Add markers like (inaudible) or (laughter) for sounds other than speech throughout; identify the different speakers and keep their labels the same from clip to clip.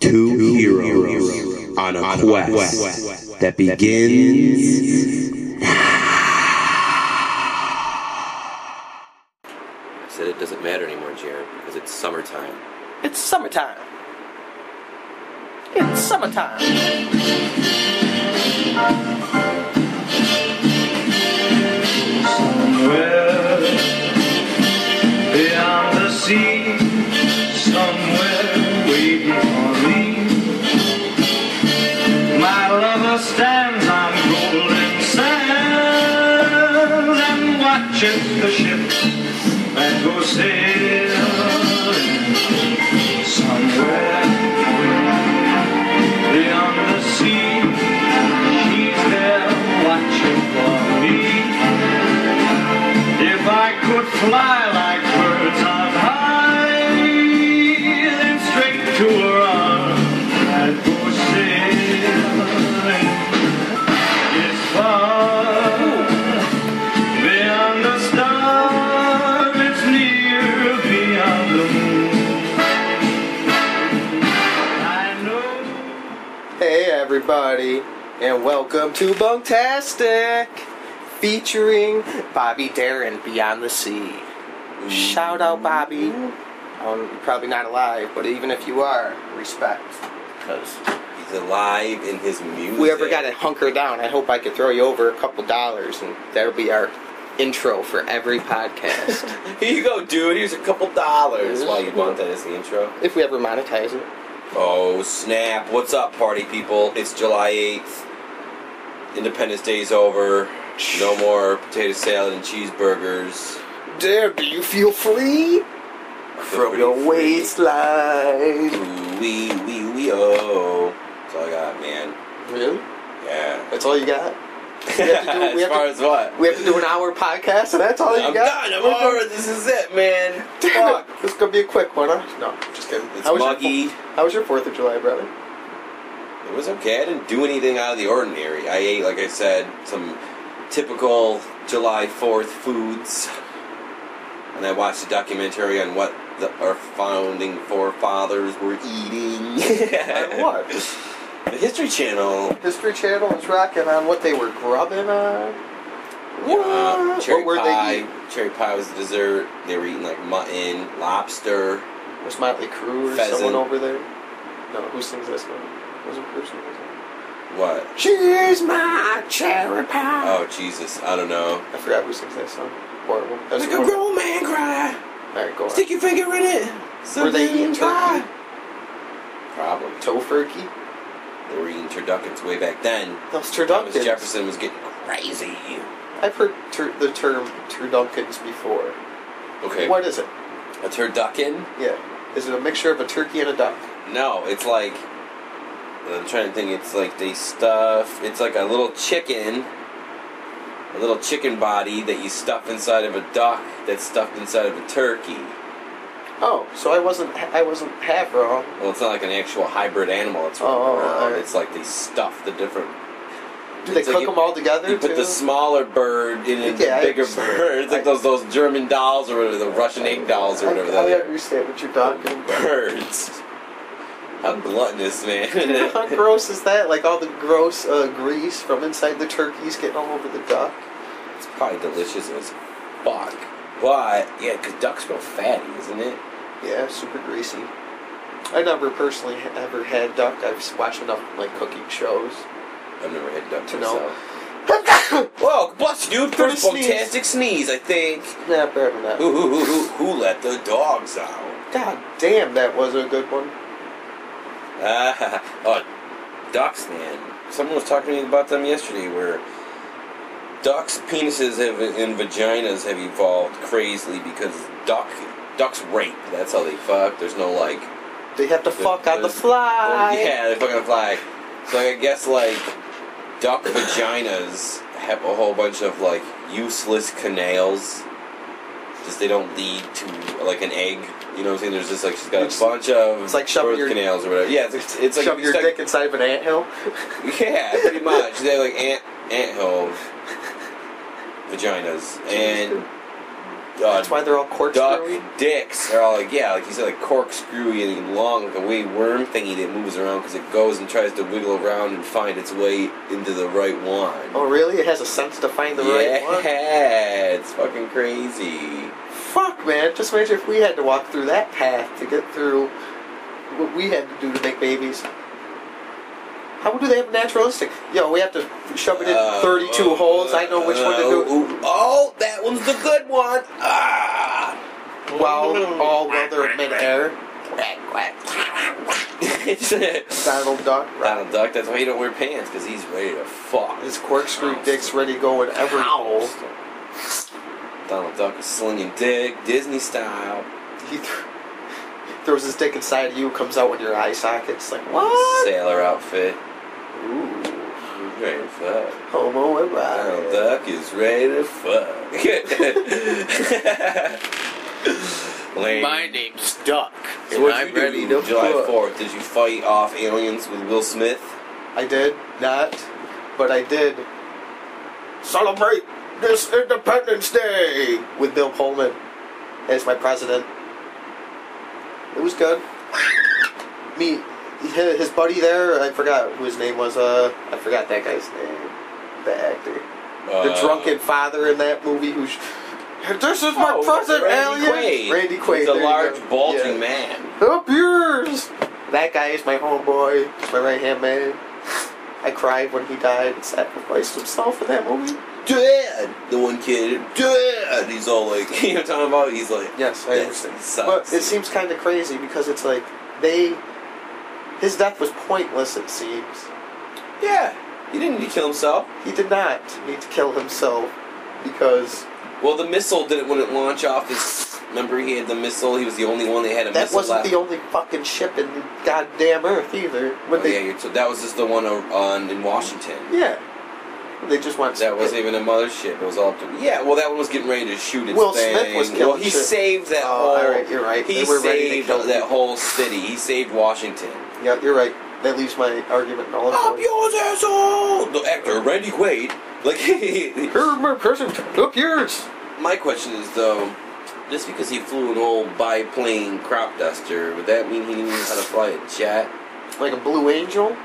Speaker 1: two heroes on a quest that begins.
Speaker 2: I said it doesn't matter anymore, Jared, because it's summertime.
Speaker 3: It's summertime. It's summertime.
Speaker 4: Somewhere beyond the sea, somewhere waiting for me. My lover stands on golden sands and watches the ships that go sailing somewhere beyond the sea. She's there watching for me. If I could fly like birds on high, then straight to her arms I'd go sailing. It's far beyond the stars, it's near beyond the moon. I know.
Speaker 5: Hey everybody, and welcome to Bunktastic, featuring Bobby Darin, Beyond the Sea. Shout out Bobby. Um, you're probably not alive, but even if you are, respect. Because
Speaker 2: He's alive in his music.
Speaker 5: whoever got to hunker down, I hope I could throw you over a couple dollars, and that'll be our intro for
Speaker 3: (laughs)
Speaker 5: every podcast.
Speaker 2: (laughs) Here you go, dude. Here's a couple dollars. While you want that as the intro.
Speaker 5: if we ever monetize it.
Speaker 2: Oh snap! What's up, party people? It's July eighth. Independence Day's over. No more potato salad and cheeseburgers.
Speaker 5: Dare, do you feel free? From
Speaker 2: pretty
Speaker 5: your
Speaker 2: free.
Speaker 5: waistline.
Speaker 2: Ooh, wee wee wee oh. That's all I got, man.
Speaker 5: Really?
Speaker 2: Yeah.
Speaker 5: That's all you got? We have to do-
Speaker 2: (laughs)
Speaker 5: we
Speaker 2: as
Speaker 5: have to-
Speaker 2: far as what?
Speaker 5: We have to do an hour podcast, and that's all you
Speaker 2: I'm
Speaker 5: got.
Speaker 2: done. I'm over. This is it, man.
Speaker 5: Fuck. This is gonna be a quick one, huh? No, just kidding.
Speaker 2: It's
Speaker 5: how was
Speaker 2: muggy.
Speaker 5: Your, how was your Fourth of July, brother?
Speaker 2: It was okay. I didn't do anything out of the ordinary. I ate, like I said, some typical July 4th foods. And I watched a documentary on what the, our founding forefathers were eating. (laughs)
Speaker 5: And Uh, (laughs) what?
Speaker 2: The History Channel.
Speaker 5: History Channel was rocking on what they were grubbing on.
Speaker 2: Uh, cherry
Speaker 5: what were
Speaker 2: pie.
Speaker 5: they? eating?
Speaker 2: Cherry pie was the dessert. They were eating like mutton, lobster.
Speaker 5: Was Motley Crue or
Speaker 2: Pheasant.
Speaker 5: someone over there? No, who sings this one? Wasn't Bruce Dickinson?
Speaker 2: What?
Speaker 5: She's my cherry pie.
Speaker 2: Oh Jesus! I don't know.
Speaker 5: I forgot who sings that song. Horrible. That was
Speaker 2: Make a
Speaker 5: horrible.
Speaker 2: grown man cry.
Speaker 5: All right, go on.
Speaker 2: Stick your finger in it.
Speaker 5: Were they
Speaker 2: Something-
Speaker 5: eating turkey?
Speaker 2: Probably.
Speaker 5: Tofurkey?
Speaker 2: They were eating turduckens way back then.
Speaker 5: Those
Speaker 2: Thomas
Speaker 5: turduckens.
Speaker 2: Jefferson was getting crazy.
Speaker 5: I've heard tur- the term turduckens before.
Speaker 2: Okay.
Speaker 5: What is it?
Speaker 2: A turducken?
Speaker 5: Yeah. Is it a mixture of a turkey and a duck?
Speaker 2: No, it's like. I'm trying to think. It's like they stuff. It's like a little chicken. A little chicken body that you stuff inside of a duck that's stuffed inside of a turkey.
Speaker 5: Oh, so I wasn't I wasn't half wrong.
Speaker 2: Well, it's not like an actual hybrid animal. It's
Speaker 5: Oh, oh,
Speaker 2: round.
Speaker 5: alright.
Speaker 2: It's like they stuff the different.
Speaker 5: Do they
Speaker 2: It's
Speaker 5: cook
Speaker 2: like you-
Speaker 5: them all together?
Speaker 2: You put the
Speaker 5: too?
Speaker 2: smaller bird in a
Speaker 5: Yeah, I
Speaker 2: bigger
Speaker 5: understand.
Speaker 2: bird. It's like
Speaker 5: I-
Speaker 2: those those German dolls or whatever, the Russian egg dolls or whatever.
Speaker 5: I, I
Speaker 2: they are.
Speaker 5: understand what you're talking
Speaker 2: (laughs)
Speaker 5: about. (laughs)
Speaker 2: birds. How gluttonous, man.
Speaker 5: How gross is that? Like all the gross uh, grease from inside the turkeys getting all over the duck.
Speaker 2: it's probably delicious as fuck. But, yeah, because ducks grow fatty, isn't it?
Speaker 5: Yeah, super greasy. I never personally ha- ever had duck. I've watched enough like cooking shows. (laughs)
Speaker 2: I've never had duck
Speaker 5: To know.
Speaker 2: myself. Whoa, bless you, dude.
Speaker 5: Put a
Speaker 2: First
Speaker 5: sneeze.
Speaker 2: fantastic sneeze, I think.
Speaker 5: Nah, better
Speaker 2: Who,
Speaker 5: than that.
Speaker 2: who, who, who, who let the dogs out? (laughs)
Speaker 5: God damn, that was a good one.
Speaker 2: Ah, oh, ducks, man. Someone was talking to me about them yesterday where ducks' penises have, and vaginas have evolved crazily because duck ducks rape. That's how they fuck. There's no, like,
Speaker 5: They have to fuck on the
Speaker 2: there's-
Speaker 5: fly.
Speaker 2: Yeah, they fucking fly. So like, I guess like duck vaginas have a whole bunch of like useless canals. Just they don't lead to like an egg. You know what I'm saying? There's just like she's got
Speaker 5: It's-
Speaker 2: a bunch of
Speaker 5: it's like shoving
Speaker 2: birth
Speaker 5: your-
Speaker 2: canals or whatever. Yeah, it's, it's, it's like
Speaker 5: Shove your
Speaker 2: it's like-
Speaker 5: dick inside of an anthill.
Speaker 2: (laughs) Yeah, pretty much. They're
Speaker 5: (laughs)
Speaker 2: like ant ant hill vaginas and uh,
Speaker 5: That's why they're all
Speaker 2: duck
Speaker 5: corkscrewy.
Speaker 2: dicks are all like, yeah, like you said, like corkscrewy and long, like a weird worm thingy that moves around because it goes and tries to wiggle around and find its way into the right one.
Speaker 5: Oh, really? It has a sense to find the
Speaker 2: yeah,
Speaker 5: right one.
Speaker 2: (laughs) it's fucking crazy.
Speaker 5: Fuck, man! Just imagine if we had to walk through that path to get through what we had to do to make babies. How do they have naturalistic? Yo, we have to shove it in
Speaker 2: Uh,
Speaker 5: 32
Speaker 2: uh,
Speaker 5: holes. I know which one to
Speaker 2: uh,
Speaker 5: do.
Speaker 2: ooh, Oh, that one's the good one. Ah! (laughs)
Speaker 5: While all while they're in midair. Quack, quack. Donald Duck.
Speaker 2: Donald Duck, that's why he don't wear pants, because he's ready to fuck.
Speaker 5: His corkscrew dick's ready to go in every hole.
Speaker 2: Donald Duck is slinging dick, Disney style.
Speaker 5: He th- throws his dick inside you, comes out with your eye sockets. Like, what?
Speaker 2: Sailor outfit.
Speaker 5: Ooh,
Speaker 2: He's ready to fuck.
Speaker 5: homo
Speaker 2: Donald
Speaker 5: erotic.
Speaker 2: Duck is ready to
Speaker 5: (laughs)
Speaker 2: fuck. Lame.
Speaker 3: name's Duck,
Speaker 2: so what you do July 4th, did you fight off aliens with Will Smith?
Speaker 5: I did not, but I did celebrate this Independence Day with Bill Pullman as my president. It was good. Me, hi- his buddy there, I forgot who his name was. Uh, I forgot that guy's name. The actor, the
Speaker 2: Uh,
Speaker 5: drunken father in that movie who. Sh- this is my
Speaker 2: Oh,
Speaker 5: present
Speaker 2: Randy
Speaker 5: alien,
Speaker 2: Quaid.
Speaker 5: Randy Quaid.
Speaker 2: He's
Speaker 5: there
Speaker 2: a
Speaker 5: you
Speaker 2: large,
Speaker 5: go.
Speaker 2: bulging
Speaker 5: Yeah.
Speaker 2: man.
Speaker 5: Up yours! That guy is my homeboy. He's my right hand man. I cried when he died and sacrificed himself in that movie.
Speaker 2: Dad! The one kid, Dad! He's all like, (laughs) you know what I'm talking about? He's like,
Speaker 5: Yes, I
Speaker 2: this
Speaker 5: understand.
Speaker 2: sucks.
Speaker 5: But it seems kind of crazy because it's like they. His death was pointless, it seems.
Speaker 2: yeah, he didn't need to kill himself.
Speaker 5: He did not need to kill himself because
Speaker 2: Well, the missile didn't when it launched off. His, remember, he had the missile. He was the only one that had a
Speaker 5: that
Speaker 2: missile
Speaker 5: wasn't
Speaker 2: left.
Speaker 5: the only fucking ship in the goddamn Earth either. When
Speaker 2: Oh,
Speaker 5: they,
Speaker 2: yeah, you're- so that was just the one o- on in Washington.
Speaker 5: yeah. They just want
Speaker 2: That wasn't even a mothership. It was all up to yeah. Well, that one was getting ready to shoot its
Speaker 5: Will
Speaker 2: thing.
Speaker 5: Smith was
Speaker 2: well,
Speaker 5: killing
Speaker 2: he
Speaker 5: shit.
Speaker 2: saved that
Speaker 5: Oh,
Speaker 2: whole.
Speaker 5: alright, you're right.
Speaker 2: He
Speaker 5: They were ready to
Speaker 2: saved
Speaker 5: kill
Speaker 2: that
Speaker 5: him.
Speaker 2: whole city. He saved Washington.
Speaker 5: Yeah, you're right. That leaves my argument null and
Speaker 2: Up
Speaker 5: void.
Speaker 2: yours, asshole! The actor Randy Quaid. Like, (laughs)
Speaker 5: Here, my person, up yours!
Speaker 2: My question is though, just because he flew an old biplane crop duster, would that mean he knew how to fly a jet?
Speaker 5: Like a blue angel?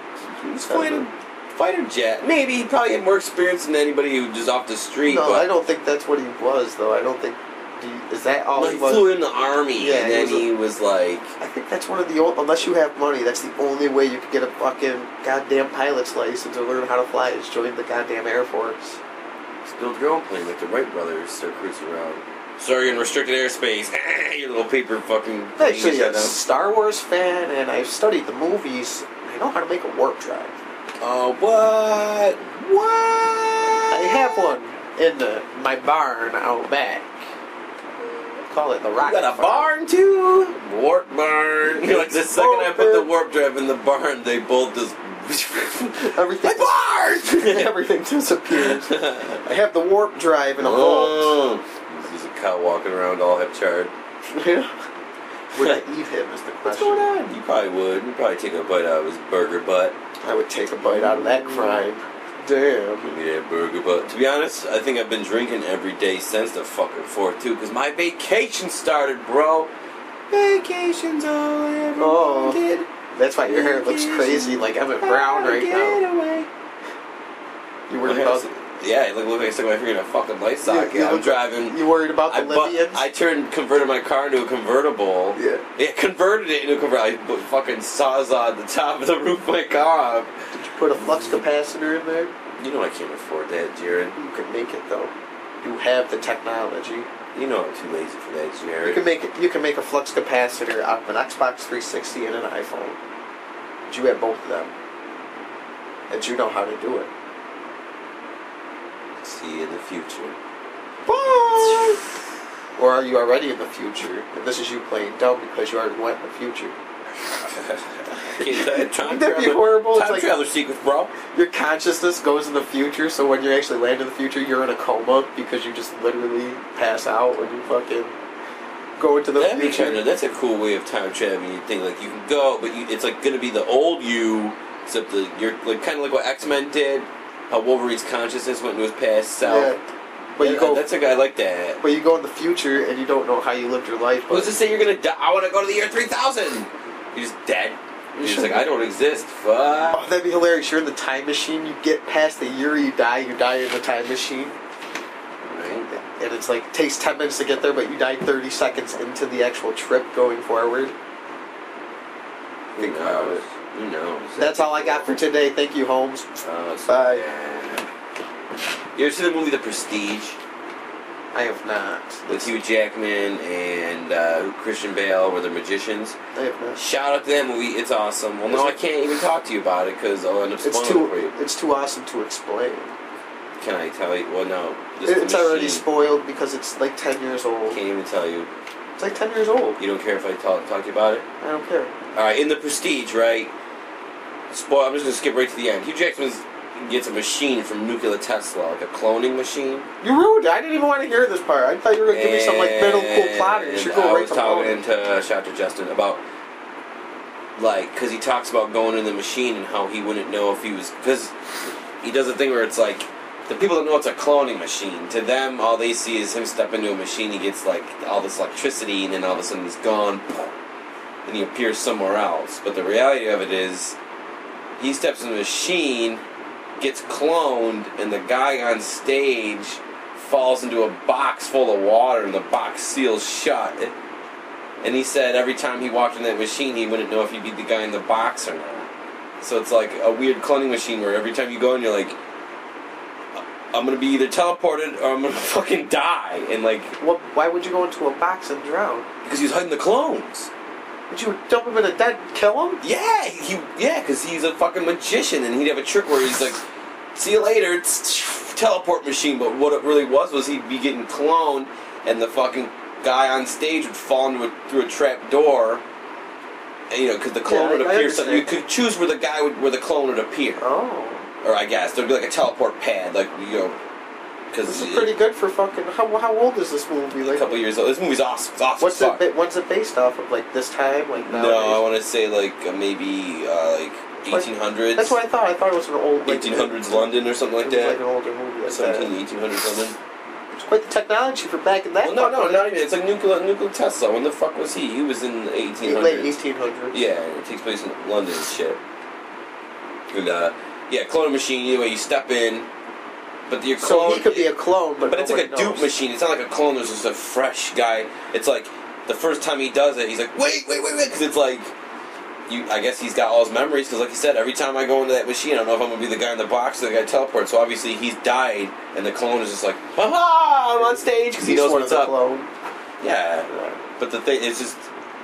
Speaker 2: He's flying a fighter jet. Maybe he probably had more experience than anybody who just off the street.
Speaker 5: No,
Speaker 2: but
Speaker 5: I don't think that's what he was, though. I don't think. Do you, is that all
Speaker 2: like,
Speaker 5: he
Speaker 2: he
Speaker 5: was?
Speaker 2: flew in the army,
Speaker 5: Yeah,
Speaker 2: and
Speaker 5: he
Speaker 2: then
Speaker 5: was a-
Speaker 2: he was like,
Speaker 5: I think that's one of the only. Unless you have money, that's the only way you can get a fucking goddamn pilot's license or learn how to fly is join the goddamn Air Force.
Speaker 2: "Just build your own plane like the Wright brothers." They're cruising around. Sorry, in restricted airspace. (laughs) Your little paper fucking.
Speaker 5: I'm actually
Speaker 2: thing you
Speaker 5: a
Speaker 2: shut down.
Speaker 5: Star Wars fan, and I've studied the movies. I know how to make a warp drive.
Speaker 2: Oh what? What?
Speaker 5: I have one in the, my barn out back. Call it the
Speaker 2: You
Speaker 5: rocket.
Speaker 2: got a
Speaker 5: farm.
Speaker 2: barn too? Warp (laughs) barn. like the second I put the warp drive in the barn, they both just. (laughs)
Speaker 5: Everything.
Speaker 2: barn!
Speaker 5: (laughs) Everything disappears. I have the warp drive in a vault.
Speaker 2: oh. There's a cow walking around all hepchard.
Speaker 5: (laughs)
Speaker 2: (laughs)
Speaker 5: Would I eat him is the
Speaker 2: What's
Speaker 5: question.
Speaker 2: going on? You probably would. You'd probably take a bite out of his burger butt.
Speaker 5: I would take a bite out of that crime. Damn.
Speaker 2: Yeah, burger butt. To be honest, I think I've been drinking every day since the fucking fourth too, because my vacation started, bro. Vacation's all I ever
Speaker 5: Oh.
Speaker 2: wanted.
Speaker 5: That's why your hair looks crazy like Emmett Brown right now.
Speaker 2: now.
Speaker 5: You
Speaker 2: Look
Speaker 5: worried
Speaker 2: at
Speaker 5: about
Speaker 2: us- yeah, look, look, I stuck my finger in a fucking light socket.
Speaker 5: You- you
Speaker 2: I'm
Speaker 5: look-
Speaker 2: driving.
Speaker 5: you worried about
Speaker 2: I,
Speaker 5: the
Speaker 2: bu-
Speaker 5: Libyans?
Speaker 2: I turned, converted my car into a convertible.
Speaker 5: Yeah.
Speaker 2: It converted it into a convertible. I bu- fucking sawzawed the top of the roof of my car off.
Speaker 5: Did you put a flux capacitor in there?
Speaker 2: You know I can't afford that, Jared.
Speaker 5: You can make it though. You have the technology.
Speaker 2: You know I'm too lazy for that,
Speaker 5: You
Speaker 2: Jared.
Speaker 5: can make it you can make a flux capacitor out of an Xbox 360 and an iPhone. But you have both of them. And you know how to do it.
Speaker 2: See you in the
Speaker 5: (laughs)
Speaker 2: future.
Speaker 5: Bye. Or are you already in the future? And this is you playing dumb because you already went in the future.
Speaker 2: Time
Speaker 5: That'd be
Speaker 2: travel-
Speaker 5: horrible. It's
Speaker 2: Time
Speaker 5: like-
Speaker 2: traveler secrets, bro.
Speaker 5: Your consciousness goes in the future, so when you actually land in the future, you're in a coma because you just literally pass out when you fucking go into the
Speaker 2: That'd be
Speaker 5: future.
Speaker 2: kind of, that's a cool way of time traveling. You think like you can go, but you, it's like gonna be the old you, except the you're like kind of like what X Men did, how Wolverine's consciousness went into his past self.
Speaker 5: Yeah. But you go,
Speaker 2: That's a guy I like that.
Speaker 5: but you go in the future and you don't know how you lived your life.
Speaker 2: Let's
Speaker 5: But
Speaker 2: just say you're gonna die. I want to go to the year 3000. You're just dead. You're just like, I don't exist.
Speaker 5: oh,
Speaker 2: Fuck.
Speaker 5: that'd be hilarious. You're in the time machine. You get past the year you die. You die in the time machine,
Speaker 2: Right?
Speaker 5: and it's like takes ten minutes to get there, but you die thirty seconds into the actual trip going forward.
Speaker 2: Who knows? Who knows?
Speaker 5: That's all I got for today. Thank you, Holmes.
Speaker 2: Uh, so-
Speaker 5: Bye.
Speaker 2: You ever seen the movie The Prestige
Speaker 5: I have not.
Speaker 2: with Hugh Jackman and uh, Christian Bale, where they're magicians?
Speaker 5: I have not.
Speaker 2: Shout out to that movie. It's awesome. Well, no, I can't even talk to you about it because I'll end up spoiling
Speaker 5: It's
Speaker 2: it for
Speaker 5: too.
Speaker 2: you.
Speaker 5: It's too awesome to explain.
Speaker 2: Can I tell you? Well, no. Just the
Speaker 5: It's already
Speaker 2: machine.
Speaker 5: spoiled because it's like ten years old.
Speaker 2: Can't even tell you.
Speaker 5: It's like ten years old.
Speaker 2: You don't care if I talk, talk to you about it?
Speaker 5: I don't care.
Speaker 2: All right, in the Prestige, right? Spoil. I'm just gonna skip right to the end. Hugh Jackman gets a machine from Nikola Tesla, like a cloning machine.
Speaker 5: You ruined it. I didn't even want to hear this part. I thought you were gonna give me some like middle cool
Speaker 2: And
Speaker 5: plot. You should go
Speaker 2: I
Speaker 5: right
Speaker 2: was
Speaker 5: to
Speaker 2: talking
Speaker 5: Logan.
Speaker 2: to shout to Justin about like because he talks about going in the machine and how he wouldn't know if he was because he does a thing where it's like the people don't know it's a cloning machine. To them, all they see is him step into a machine. He gets like all this electricity, and then all of a sudden he's gone, and he appears somewhere else. But the reality of it is, he steps in a machine, gets cloned, and the guy on stage falls into a box full of water, and the box seals shut. And he said every time he walked in that machine, he wouldn't know if he beat the guy in the box or not. So it's like a weird cloning machine where every time you go in, you're like, I'm gonna be either teleported or I'm gonna (laughs) fucking die. And like,
Speaker 5: What, why would you go into a box and drown?
Speaker 2: because he was hiding the clones.
Speaker 5: Would you dump him in a dead, kill him?
Speaker 2: Yeah, he yeah, because he's a fucking magician, and he'd have a trick where he's like, "See you later, teleport machine." But what it really was was he'd be getting cloned, and the fucking guy on stage would fall into a, through a trap door. And, you know, because the clone
Speaker 5: Yeah,
Speaker 2: would
Speaker 5: I- I
Speaker 2: appear. So you
Speaker 5: understand.
Speaker 2: could choose where the guy would, where the clone would appear,
Speaker 5: Oh,
Speaker 2: or I guess there'd be like a teleport pad, like you know,
Speaker 5: this
Speaker 2: because
Speaker 5: is pretty good for fucking. How, how old is this movie?
Speaker 2: a
Speaker 5: Like,
Speaker 2: couple years old. This movie's awesome. It's awesome.
Speaker 5: what's
Speaker 2: as
Speaker 5: it?
Speaker 2: fuck.
Speaker 5: ba- What's it based off of? Like this time? Like
Speaker 2: No,
Speaker 5: now?
Speaker 2: I want to say like uh, maybe uh, like 1800s,
Speaker 5: That's what I thought. I thought it was an old. Like,
Speaker 2: 1800s London or something
Speaker 5: It
Speaker 2: like
Speaker 5: was
Speaker 2: that.
Speaker 5: like an older movie. Like that.
Speaker 2: 17, 1800 something.
Speaker 5: It's quite the technology for back in that.
Speaker 2: Well, no, no, not even. It's like nuclear, nuclear Tesla. When the fuck was he? He was in the
Speaker 5: fucking- late
Speaker 2: 1800s.
Speaker 5: 1800s.
Speaker 2: Yeah, and it takes place in London and shit. And uh, yeah, cloning machine. Anyway, you step in, but your clone.
Speaker 5: So he could be a clone, but
Speaker 2: but it's like a
Speaker 5: nobody
Speaker 2: dupe
Speaker 5: knows.
Speaker 2: machine. It's not like a clone. There's just a fresh guy. It's like the first time he does it, he's like, wait, wait, wait, wait, because it's like. You, I guess he's got all his memories because, like you said, every time I go into that machine, I don't know if I'm gonna be the guy in the box or the guy teleport. So obviously he's died, and the clone is just like, "Haha, I'm on stage" because he
Speaker 5: He's
Speaker 2: knows
Speaker 5: one
Speaker 2: what's
Speaker 5: of the
Speaker 2: up.
Speaker 5: clone.
Speaker 2: Yeah,
Speaker 5: Yeah.
Speaker 2: but the thing is just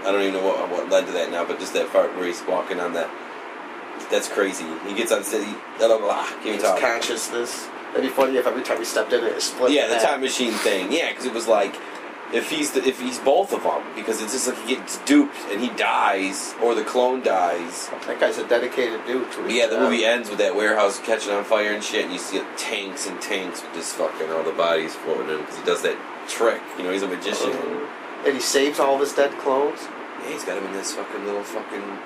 Speaker 2: I don't even know what, what led to that now, but just that part where he's walking on that. That's crazy. He gets on city. Blah, blah, blah, ah, can't even
Speaker 5: It's
Speaker 2: talk.
Speaker 5: consciousness. That'd be funny if every time we stepped in it, it split.
Speaker 2: yeah, the
Speaker 5: in
Speaker 2: time machine thing. Yeah, because it was like if he's the, if he's both of them, because it's just like he gets duped and he dies or the clone dies.
Speaker 5: half. That guy's a dedicated dude. To his
Speaker 2: Yeah, the
Speaker 5: job.
Speaker 2: movie ends with that warehouse catching on fire and shit, and you see like, tanks and tanks with just fucking all the bodies floating in because he does that trick. You know, he's a magician.
Speaker 5: Uh-huh. And he saves all of his dead clones.
Speaker 2: Yeah, he's got him in this fucking little fucking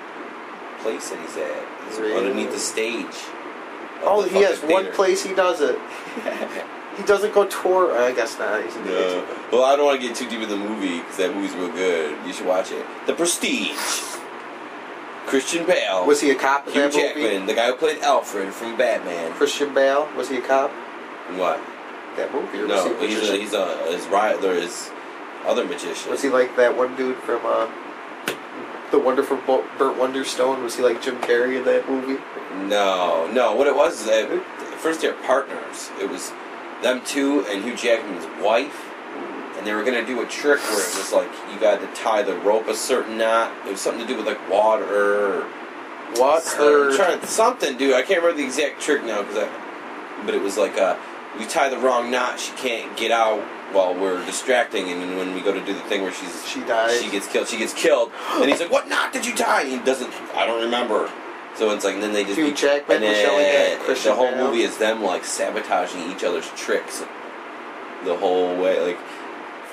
Speaker 2: place that he's at. He's
Speaker 5: Really?
Speaker 2: underneath the stage. of
Speaker 5: Oh,
Speaker 2: the
Speaker 5: he has
Speaker 2: fucking
Speaker 5: one
Speaker 2: theater.
Speaker 5: place he does it.
Speaker 2: (laughs)
Speaker 5: He doesn't go tour. I guess not. He's an
Speaker 2: No.
Speaker 5: idiot.
Speaker 2: Well, I don't want to get too deep in the movie because that movie's real good. You should watch it. The Prestige. Christian Bale.
Speaker 5: Was he a cop in
Speaker 2: Hugh
Speaker 5: that
Speaker 2: Jackman,
Speaker 5: movie?
Speaker 2: the guy who played Alfred from Batman.
Speaker 5: Christian Bale was he a cop?
Speaker 2: What?
Speaker 5: in That movie? Or was
Speaker 2: No,
Speaker 5: he, a
Speaker 2: he's a,
Speaker 5: magician?
Speaker 2: he's a his riotler is other magician.
Speaker 5: was he like that one dude from uh, the wonderful Bo- Burt Wonderstone? Was he like Jim Carrey in that movie?
Speaker 2: No, no. What it was is that at first they were partners. It was them two and Hugh Jackman's wife, and they were gonna do a trick where it was like you got to tie the rope a certain knot. It was something to do with like water. Or
Speaker 5: What
Speaker 2: I'm trying to- something, dude. I can't remember the exact trick now, cause I. But it was like uh, we tie the wrong knot, she can't get out while we're distracting, and then when we go to do the thing where she's
Speaker 5: She dies.
Speaker 2: she gets killed. She gets killed, and he's like, "What knot did you tie?" And he doesn't. I don't remember. So it's like, and then they just
Speaker 5: Hugh
Speaker 2: be-
Speaker 5: Jackman,
Speaker 2: and
Speaker 5: Michelle
Speaker 2: then
Speaker 5: Yeoh, Christian
Speaker 2: the whole
Speaker 5: Bale.
Speaker 2: movie is them like sabotaging each other's tricks, the whole way, like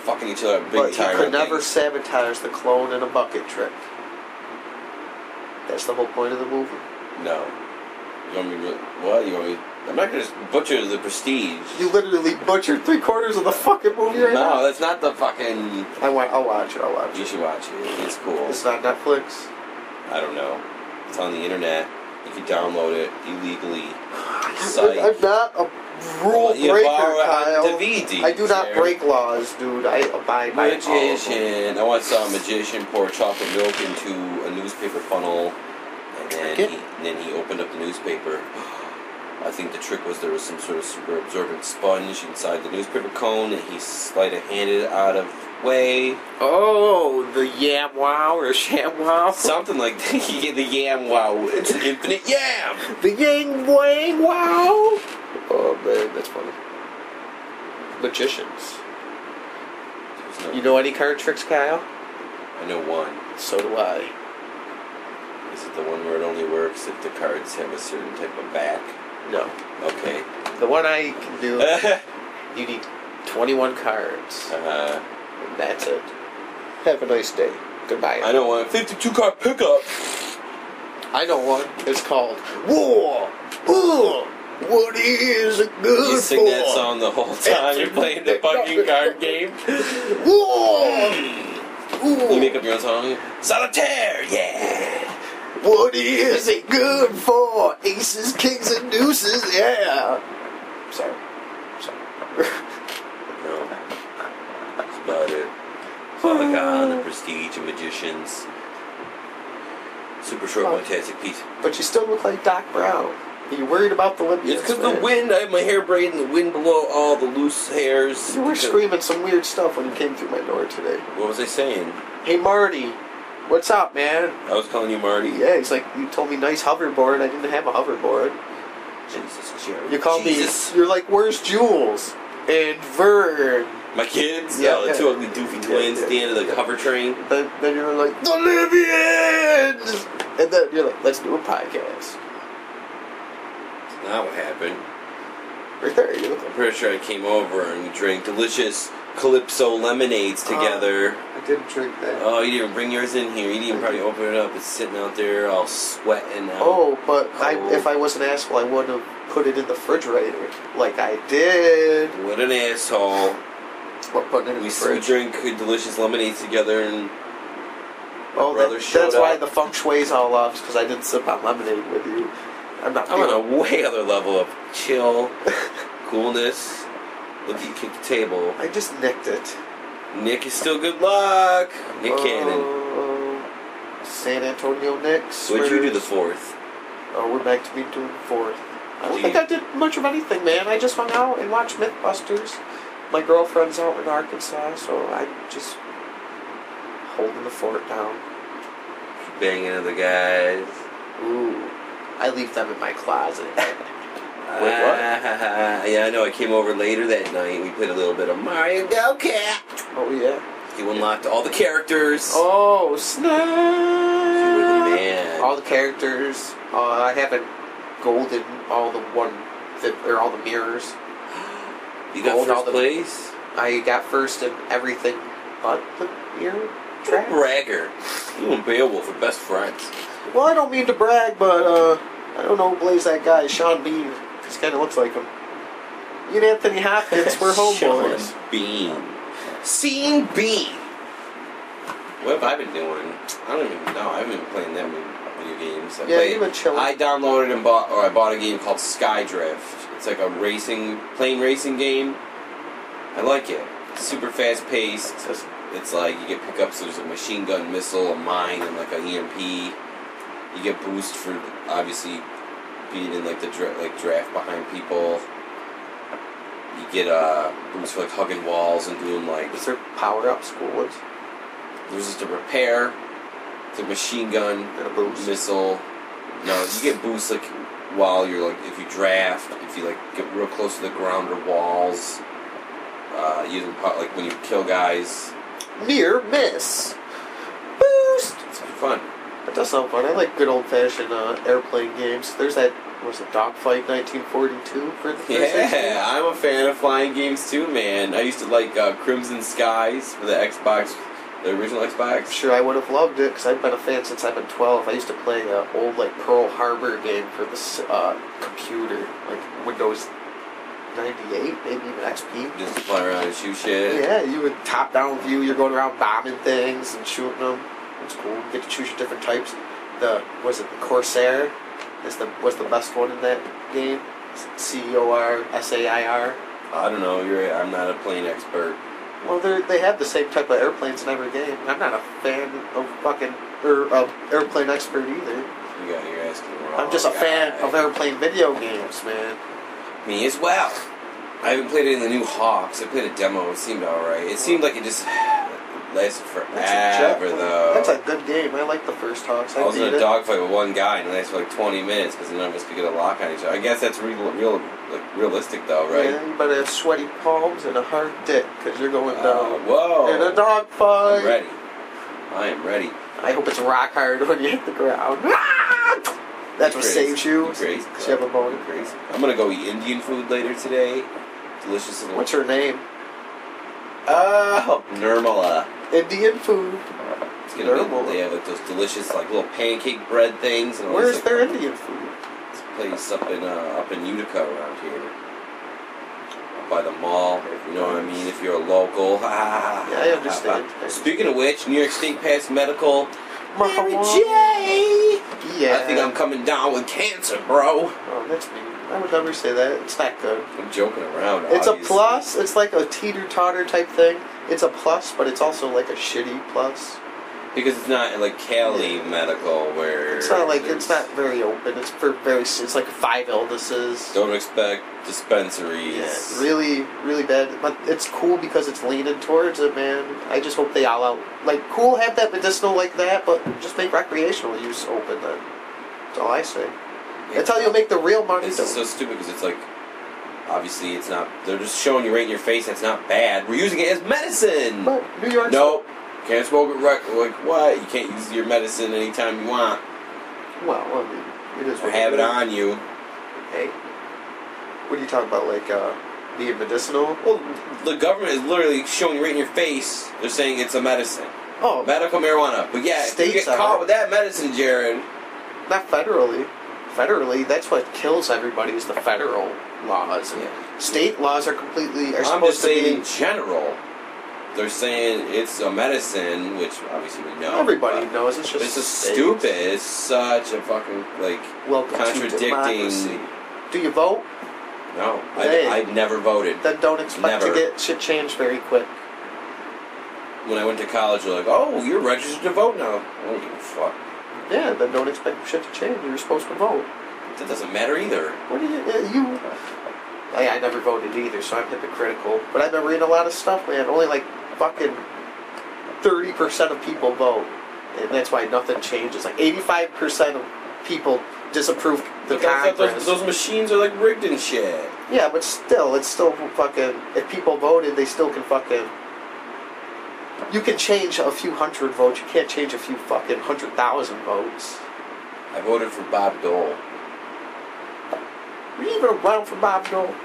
Speaker 2: fucking each other up big time.
Speaker 5: but he
Speaker 2: I
Speaker 5: could
Speaker 2: think.
Speaker 5: never sabotage the clone in a bucket trick. That's the whole point of the movie.
Speaker 2: No, You want me to. What? You want me. I'm not going to butcher the prestige.
Speaker 5: You literally butchered three quarters of the fucking movie right
Speaker 2: No, that's not the fucking.
Speaker 5: now. I want. I'll watch it. I'll watch
Speaker 2: You
Speaker 5: it.
Speaker 2: should watch it. It's cool.
Speaker 5: It's not Netflix.
Speaker 2: I don't know. It's on the internet. You can download it
Speaker 5: (sighs)
Speaker 2: illegally. Psych.
Speaker 5: I'm not a rule
Speaker 2: Well, you
Speaker 5: breaker,
Speaker 2: borrow uh, it on
Speaker 5: Kyle.
Speaker 2: DVD,
Speaker 5: I do not
Speaker 2: Jared.
Speaker 5: break laws, dude. I abide by all of them.
Speaker 2: Magician. I once saw a magician pour chocolate milk into a newspaper funnel, and then
Speaker 5: Trick it?
Speaker 2: he, and then he opened up the newspaper. I think the trick was there was some sort of super absorbent sponge inside the newspaper cone, and he slid a handed it out of way.
Speaker 5: Oh, the yam wow or sham wow.
Speaker 2: Something like that. (laughs) You get the yam wow. (laughs) It's an infinite yam!
Speaker 5: The yang wang wow. Oh man, that's funny. Magicians.
Speaker 2: There's no-
Speaker 5: You know any card tricks, Kyle?
Speaker 2: I know one.
Speaker 5: So do I.
Speaker 2: Is it the one where it only works if the cards have a certain type of back?
Speaker 5: No.
Speaker 2: Okay. (laughs)
Speaker 5: The one I can do,
Speaker 2: uh,
Speaker 5: you need 21 cards. And that's it. Have a nice day. Goodbye.
Speaker 2: I know one. 52 card pickup!
Speaker 5: I know one. It's called War. War. What is it good
Speaker 2: You sing
Speaker 5: for?
Speaker 2: that song the whole time you're playing
Speaker 5: (laughs)
Speaker 2: the fucking card game. Hmm.
Speaker 5: War.
Speaker 2: You
Speaker 5: Ooh,
Speaker 2: make up your own song. Solitaire, yeah.
Speaker 5: what is it good for? Aces, kings, and deuces. Yeah. Sorry. Sorry.
Speaker 2: No, that's about it. Father God, the Prestige, and Magicians. Super short,
Speaker 5: Oh.
Speaker 2: fantastic piece.
Speaker 5: but you still look like Doc Brown. Are you worried about the limb?
Speaker 2: It's because the wind. I have my hair braided in the wind below all the loose hairs.
Speaker 5: You were
Speaker 2: Because-
Speaker 5: screaming some weird stuff when you came through my door today.
Speaker 2: What was I saying?
Speaker 5: Hey, Marty. What's up, man?
Speaker 2: I was calling you Marty.
Speaker 5: Yeah, he's like, you told me nice hoverboard. I didn't have a hoverboard.
Speaker 2: Jesus, Jerry.
Speaker 5: You called
Speaker 2: Jesus.
Speaker 5: me. You're like, where's Jules and Vern?
Speaker 2: My kids?
Speaker 5: Yeah,
Speaker 2: Yeah, the
Speaker 5: yeah.
Speaker 2: two ugly doofy
Speaker 5: Yeah,
Speaker 2: twins
Speaker 5: yeah,
Speaker 2: at the end of the
Speaker 5: yeah.
Speaker 2: cover train.
Speaker 5: Then, then you're like, the Libyans. And then you're like, let's do a podcast.
Speaker 2: That's not what happened.
Speaker 5: Right there, you look.
Speaker 2: I'm pretty sure I came over and we drank delicious Calypso lemonades
Speaker 5: Oh.
Speaker 2: together.
Speaker 5: I didn't drink that.
Speaker 2: oh, you didn't bring yours in here. You didn't even probably open it up. It's sitting out there all sweating out.
Speaker 5: oh, but I,
Speaker 2: Oh.
Speaker 5: if I was an asshole, I would have put it in the refrigerator, like I did.
Speaker 2: What an asshole.
Speaker 5: What putting it in
Speaker 2: We,
Speaker 5: the
Speaker 2: we
Speaker 5: fridge?
Speaker 2: drank delicious lemonades together and
Speaker 5: Oh,
Speaker 2: brother
Speaker 5: that,
Speaker 2: showed
Speaker 5: that's why
Speaker 2: up.
Speaker 5: the feng shui's all off because I didn't sip out lemonade with you. I'm not.
Speaker 2: I'm
Speaker 5: feeling-
Speaker 2: on a (laughs) way other level of chill,
Speaker 5: (laughs)
Speaker 2: coolness. Look at you kick the table.
Speaker 5: I just nicked it.
Speaker 2: Nick is still good luck. Nick
Speaker 5: Oh.
Speaker 2: Cannon.
Speaker 5: Uh, San Antonio Knicks.
Speaker 2: What'd you do the
Speaker 5: Spurs.
Speaker 2: fourth?
Speaker 5: Oh, we're back to me doing fourth. I
Speaker 2: Do
Speaker 5: don't think
Speaker 2: you-
Speaker 5: I did much of anything, man. I just hung out and watched MythBusters. My girlfriend's out in Arkansas, so I'm just holding the fort down.
Speaker 2: Banging other guys.
Speaker 5: Ooh, I leave them in my closet.
Speaker 2: Wait,
Speaker 5: Wait,
Speaker 2: (laughs)
Speaker 5: what?
Speaker 2: yeah, I know. I came over later that night. We played a little bit of Mario Go Cat.
Speaker 5: (laughs) oh yeah.
Speaker 2: You unlocked all the characters.
Speaker 5: Oh
Speaker 2: You were the
Speaker 5: snap!
Speaker 2: man.
Speaker 5: All the characters. Uh, I haven't golden all the one that or all the mirrors.
Speaker 2: you got
Speaker 5: gold,
Speaker 2: first
Speaker 5: all the-
Speaker 2: place.
Speaker 5: I got first in everything but the mirror track.
Speaker 2: Bragger. You and Beowulf are best friends.
Speaker 5: Well, I don't mean to brag, but uh, I don't know who plays that guy, Sean Bean. He kind of looks like him. You and Anthony Hopkins, we're homeboys.
Speaker 2: (laughs) Sean Bean. Sean Bean. What have I been doing? I don't even know. I haven't been playing that many video games. I
Speaker 5: Yeah,
Speaker 2: played-
Speaker 5: you've been chilling.
Speaker 2: I downloaded and bought, or I bought a game called Skydrift. It's like a racing, plane racing game. I like it. It's super fast paced. It's like you get pickups. There's a machine gun, missile, a mine, and like an E EMP. You get boost for obviously being in like the dra- like draft behind people. You get uh, boost for like hugging walls and doing like
Speaker 5: Is there power up schools
Speaker 2: there's just a repair, the machine gun,
Speaker 5: and a boost?
Speaker 2: missile. No, you get boosts like while you're like if you draft, if you like get real close to the ground or walls. Uh, using po- like when you kill guys,
Speaker 5: Near miss. Boost.
Speaker 2: it's pretty fun.
Speaker 5: That does sound fun. I like good old fashioned uh, airplane games. There's that what was it Dogfight 1942 for the PlayStation?
Speaker 2: Yeah, I'm a fan of flying games too, man. I used to like uh, Crimson Skies for the Xbox The original Xbox?
Speaker 5: Sure, I would have loved it because I've been a fan since I've been 12. I used to play an old like Pearl Harbor game for this uh, computer, like Windows 98, maybe even XP.
Speaker 2: Just to play around and shoot shit.
Speaker 5: Yeah, you would top down view. You're going around bombing things and shooting them. It's cool. You get to choose your different types. The was it the Corsair? Is the was the best one in that game? C E O R S A I R.
Speaker 2: I don't know. You're. I'm not a plane expert.
Speaker 5: Well, they they have the same type of airplanes in every game. I'm not a fan of fucking or of airplane expert either.
Speaker 2: You got your ass kicked.
Speaker 5: I'm just a
Speaker 2: Wrong
Speaker 5: fan
Speaker 2: guy.
Speaker 5: of airplane video games, man.
Speaker 2: Me as well. I haven't played any of the new Hawks. I played a demo. It seemed alright. It seemed like it just lasted
Speaker 5: That's a
Speaker 2: forever,
Speaker 5: jack-
Speaker 2: though.
Speaker 5: That's a good game. I like the first Hawks. I,
Speaker 2: I was in
Speaker 5: beat
Speaker 2: a
Speaker 5: it.
Speaker 2: dogfight with one guy, and it lasted for like 20 minutes because none of us could get a lock on each other. I guess that's real, real like realistic, though, right?
Speaker 5: Yeah, you better have sweaty palms and a hard dick because you're going
Speaker 2: Uh,
Speaker 5: down.
Speaker 2: whoa!
Speaker 5: In a dog
Speaker 2: I'm
Speaker 5: fight.
Speaker 2: ready. I am ready.
Speaker 5: I hope it's rock hard when you hit the ground. Ah! That's what
Speaker 2: Crazy.
Speaker 5: saves you.
Speaker 2: Crazy.
Speaker 5: 'Cause you have a bone.
Speaker 2: Crazy. I'm gonna go eat Indian food later today. Delicious little.
Speaker 5: What's her name?
Speaker 2: Oh, Nirmala.
Speaker 5: Indian food.
Speaker 2: It's gonna
Speaker 5: Nirmala.
Speaker 2: be. They have like those delicious like little pancake bread things and all
Speaker 5: Where's
Speaker 2: this, like,
Speaker 5: their Indian food?
Speaker 2: This place up in uh, up in Utica around here, Up by the mall. If you know what I mean. If you're a local. (laughs) yeah,
Speaker 5: I understand.
Speaker 2: Speaking of which, New York State passed medical. Mary
Speaker 5: Marijuana.
Speaker 2: J.
Speaker 5: Yeah.
Speaker 2: I think I'm coming down with cancer, bro.
Speaker 5: Oh, that's mean. I would never say that. It's not good.
Speaker 2: I'm joking around.
Speaker 5: It's a
Speaker 2: obviously.
Speaker 5: plus. It's like a teeter totter type thing. It's a plus, but it's also like a shitty plus.
Speaker 2: because it's not like Cali medical where
Speaker 5: It's not like it's not
Speaker 2: there's-
Speaker 5: very open. It's for very. It's like five illnesses.
Speaker 2: Don't expect dispensaries.
Speaker 5: Yeah, really, really bad. But it's cool because it's leaning towards it, man. I just hope they all out. Like, cool, have that medicinal like that, but just make recreational use open then. That's all I say. That's how you'll make the real money.
Speaker 2: It's
Speaker 5: though.
Speaker 2: just so stupid because it's like, obviously, it's not. They're just showing you right in your face. That's not bad. We're using it as medicine.
Speaker 5: but New York's
Speaker 2: Nope. Can't smoke it right. Like what? You can't use your medicine anytime you want.
Speaker 5: Well, I mean, it is.
Speaker 2: Or
Speaker 5: what
Speaker 2: have it
Speaker 5: is.
Speaker 2: on you.
Speaker 5: Hey, what are you talking about? Like uh, being medicinal?
Speaker 2: Well, the government is literally showing you right in your face. They're saying it's a medicine,
Speaker 5: Oh,
Speaker 2: medical marijuana. But yeah, if you
Speaker 5: States
Speaker 2: get
Speaker 5: are.
Speaker 2: caught with that medicine, Jared.
Speaker 5: not federally. Federally, that's what kills everybody is the federal laws. And
Speaker 2: Yeah.
Speaker 5: State laws are completely are
Speaker 2: I'm
Speaker 5: supposed
Speaker 2: just
Speaker 5: to be
Speaker 2: saying in general. They're saying it's a medicine, which obviously we know.
Speaker 5: Everybody
Speaker 2: but
Speaker 5: knows it's just
Speaker 2: It's just
Speaker 5: states.
Speaker 2: stupid. It's such a fucking like
Speaker 5: Welcome to democracy.
Speaker 2: contradicting.
Speaker 5: Do you vote?
Speaker 2: No,
Speaker 5: Hey.
Speaker 2: I, I've never voted.
Speaker 5: Then don't expect
Speaker 2: Never.
Speaker 5: to get shit changed very quick.
Speaker 2: When I went to college, they're like, "Oh, you're registered to vote now." I don't give a fuck.
Speaker 5: Yeah, then don't expect shit to change. You're supposed to vote.
Speaker 2: That doesn't matter either.
Speaker 5: What do you? uh, You? Hey, I never voted either, so I'm hypocritical. But I've been reading a lot of stuff, man. Only like fucking thirty percent of people vote, and that's why nothing changes. Like eighty-five percent of people disapprove the
Speaker 2: But I thought
Speaker 5: Congress.
Speaker 2: those, those machines are like rigged and shit.
Speaker 5: Yeah, but still, it's still fucking. If people voted, they still can fucking. You can change a few hundred votes. You can't change a few fucking hundred thousand votes.
Speaker 2: I voted for Bob Dole.
Speaker 5: Were you even around for Bob Dole? (laughs)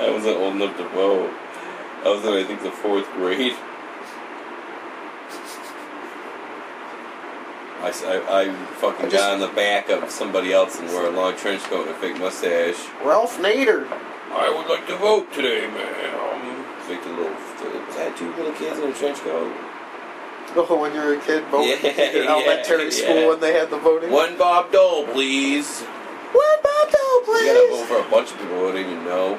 Speaker 2: I wasn't old enough to vote. I was in, I think, the fourth grade. I, s- I- I fucking
Speaker 5: I just-
Speaker 2: got on the back of somebody else and wore a long trench coat and a fake mustache.
Speaker 5: Ralph Nader.
Speaker 2: I would like to vote today, ma'am. Fake the little, was that two little kids in a trench coat?
Speaker 5: Oh, (laughs) when you were a kid, voting
Speaker 2: Yeah,
Speaker 5: (laughs) in
Speaker 2: (laughs)
Speaker 5: elementary
Speaker 2: yeah,
Speaker 5: school
Speaker 2: yeah.
Speaker 5: when they had the voting.
Speaker 2: One Bob Dole, please.
Speaker 5: One Bob Dole,
Speaker 2: You gotta vote
Speaker 5: please.
Speaker 2: for a bunch of people who don't even know.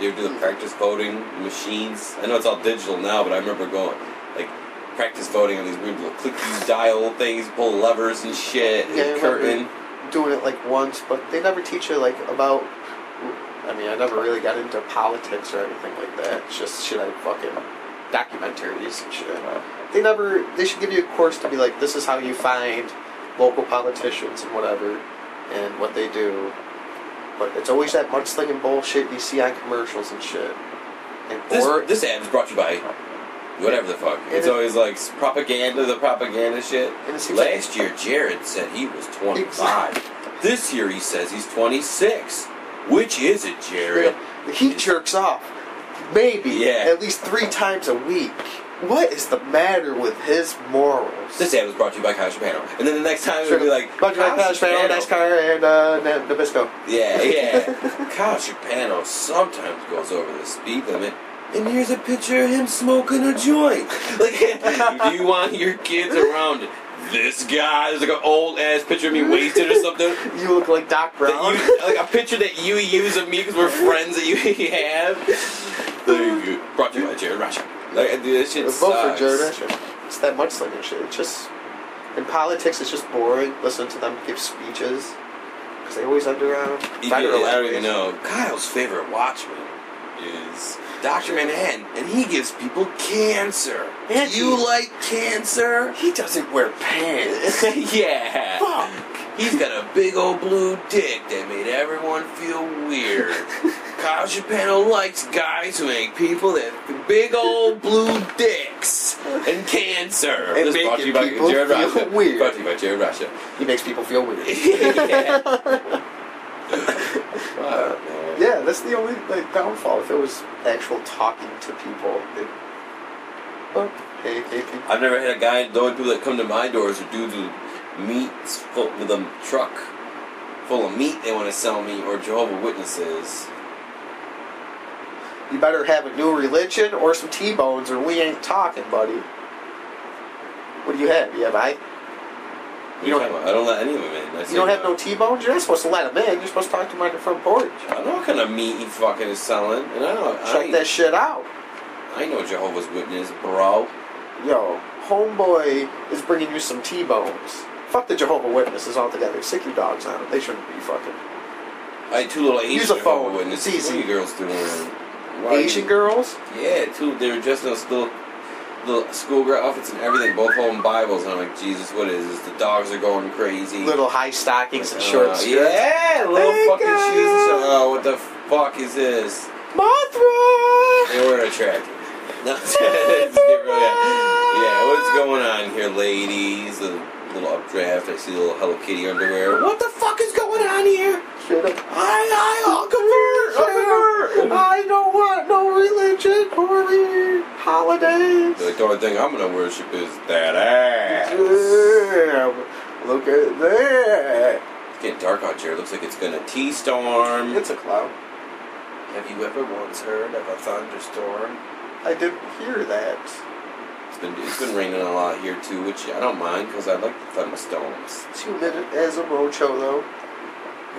Speaker 2: You ever do the practice voting machines? I know it's all digital now, but I remember going like practice voting on these weird little clicky dial things, pull levers and shit,
Speaker 5: Yeah, I
Speaker 2: and
Speaker 5: remember.
Speaker 2: curtain.
Speaker 5: Doing it like once, but they never teach you like about. I mean, I never really got into politics or anything like that. It's just shit I fucking documentaries and shit.
Speaker 2: Uh-huh.
Speaker 5: They never. They should give you a course to be like, this is how you find local politicians and whatever, and what they do. But it's always that mudslinging bullshit you see on commercials and shit. And or
Speaker 2: This, this ad is brought to you by whatever the fuck. It's
Speaker 5: it-
Speaker 2: always like s- propaganda, the propaganda shit.
Speaker 5: And it seems like-
Speaker 2: Last year, Jared said he was 25. This year, he says he's 26. Which is it, Jared?
Speaker 5: Yeah, He jerks off, maybe
Speaker 2: Yeah.
Speaker 5: at least three times a week. What is the matter with his morals?
Speaker 2: This ad was brought to you by Cash Panel. And then the next time it'll be like
Speaker 5: Bunch
Speaker 2: Cash
Speaker 5: of Cash Panel,
Speaker 2: Panel.
Speaker 5: Nice Car, and uh, N- Nabisco. (laughs)
Speaker 2: Yeah, yeah. Kyle Chapano sometimes goes over the speed limit. And here's a picture of him smoking a joint. (laughs) Like, do you want your kids around this guy? There's like an old ass picture of me wasted or
Speaker 5: (laughs)
Speaker 2: something.
Speaker 5: You look like Doc
Speaker 2: That
Speaker 5: Brown.
Speaker 2: you, like a picture that you use of me because we're friends that you (laughs) have. There you
Speaker 5: (laughs)
Speaker 2: go. Brought to you by Jared Russia. Like, dude, this shit
Speaker 5: Vote
Speaker 2: sucks.
Speaker 5: for Jared Asher. It's that mudslinger shit. It's just in politics. It's just boring. Listening to them give speeches because they always underground.
Speaker 2: You get- I don't even know. Kyle's favorite Watchman is Dr. Manhattan, and he gives people cancer.
Speaker 5: Yeah,
Speaker 2: Do you
Speaker 5: he-
Speaker 2: like cancer?
Speaker 5: He doesn't wear pants.
Speaker 2: (laughs) yeah.
Speaker 5: Fuck.
Speaker 2: He's got a big old blue dick that made everyone feel
Speaker 5: (laughs)
Speaker 2: weird. Kyle Chapano likes guys who make people that have big old blue dicks and cancer.
Speaker 5: And
Speaker 2: This is brought to you by
Speaker 5: making people
Speaker 2: Jared
Speaker 5: feel
Speaker 2: Russia.
Speaker 5: weird.
Speaker 2: Brought to you by Jared Russia.
Speaker 5: He makes people feel
Speaker 2: (laughs)
Speaker 5: weird.
Speaker 2: yeah. Oh,
Speaker 5: Yeah, that's the only like downfall. If it was actual talking to people, it, oh, hey, hey, hey.
Speaker 2: I've never had a guy. The only people that come to my doors are dudes with meats full, with a truck full of meat they want to sell me, or Jehovah Witnesses.
Speaker 5: you better have a new religion or some T-bones, or we ain't talking, buddy. What do you have? You have I.
Speaker 2: What
Speaker 5: You
Speaker 2: are
Speaker 5: don't.
Speaker 2: talking about? I don't let any of them in. I
Speaker 5: You don't have no T-bones. You're not supposed to let them in. You're supposed to talk to them on your front porch.
Speaker 2: I know what kind of meat he fucking is selling, and I don't. I,
Speaker 5: Check that shit out.
Speaker 2: I know Jehovah's Witness, bro.
Speaker 5: Yo, homeboy is bringing you some T-bones. Fuck the Jehovah Witnesses altogether. Sick your dogs on them. They shouldn't be fucking
Speaker 2: I had two little Asian
Speaker 5: Use a
Speaker 2: Jehovah
Speaker 5: phone.
Speaker 2: Witnesses.
Speaker 5: It's easy.
Speaker 2: What are you girls doing? Why are you-
Speaker 5: Asian girls.
Speaker 2: Yeah, two. They were dressed in those little, little schoolgirl outfits and everything, both holding Bibles, and I'm like, Jesus, what is this? The dogs are going crazy.
Speaker 5: Little high stockings and
Speaker 2: Uh,
Speaker 5: short skirts.
Speaker 2: Yeah, little
Speaker 5: Hey,
Speaker 2: fucking
Speaker 5: guys.
Speaker 2: shoes. And stuff. Oh, what the fuck is this?
Speaker 5: Mothra!
Speaker 2: They were attractive. (laughs) No, it's get real- yeah. yeah, what's going on here, ladies? A little updraft. I see a little Hello Kitty underwear. What the fuck is going on here?
Speaker 5: Shut up.
Speaker 2: I, I, I'll convert. I'll convert.
Speaker 5: I don't want no religion or the holidays.
Speaker 2: The only thing I'm gonna worship is that ass.
Speaker 5: Damn, look at that.
Speaker 2: It's getting dark out here. Looks like it's gonna tea storm.
Speaker 5: It's a cloud.
Speaker 2: Have you ever once heard of a thunderstorm?
Speaker 5: I didn't hear that.
Speaker 2: It's been it's been raining a lot here too, which I don't mind because I like the thunderstorms.
Speaker 5: It's humid as a mocho, though.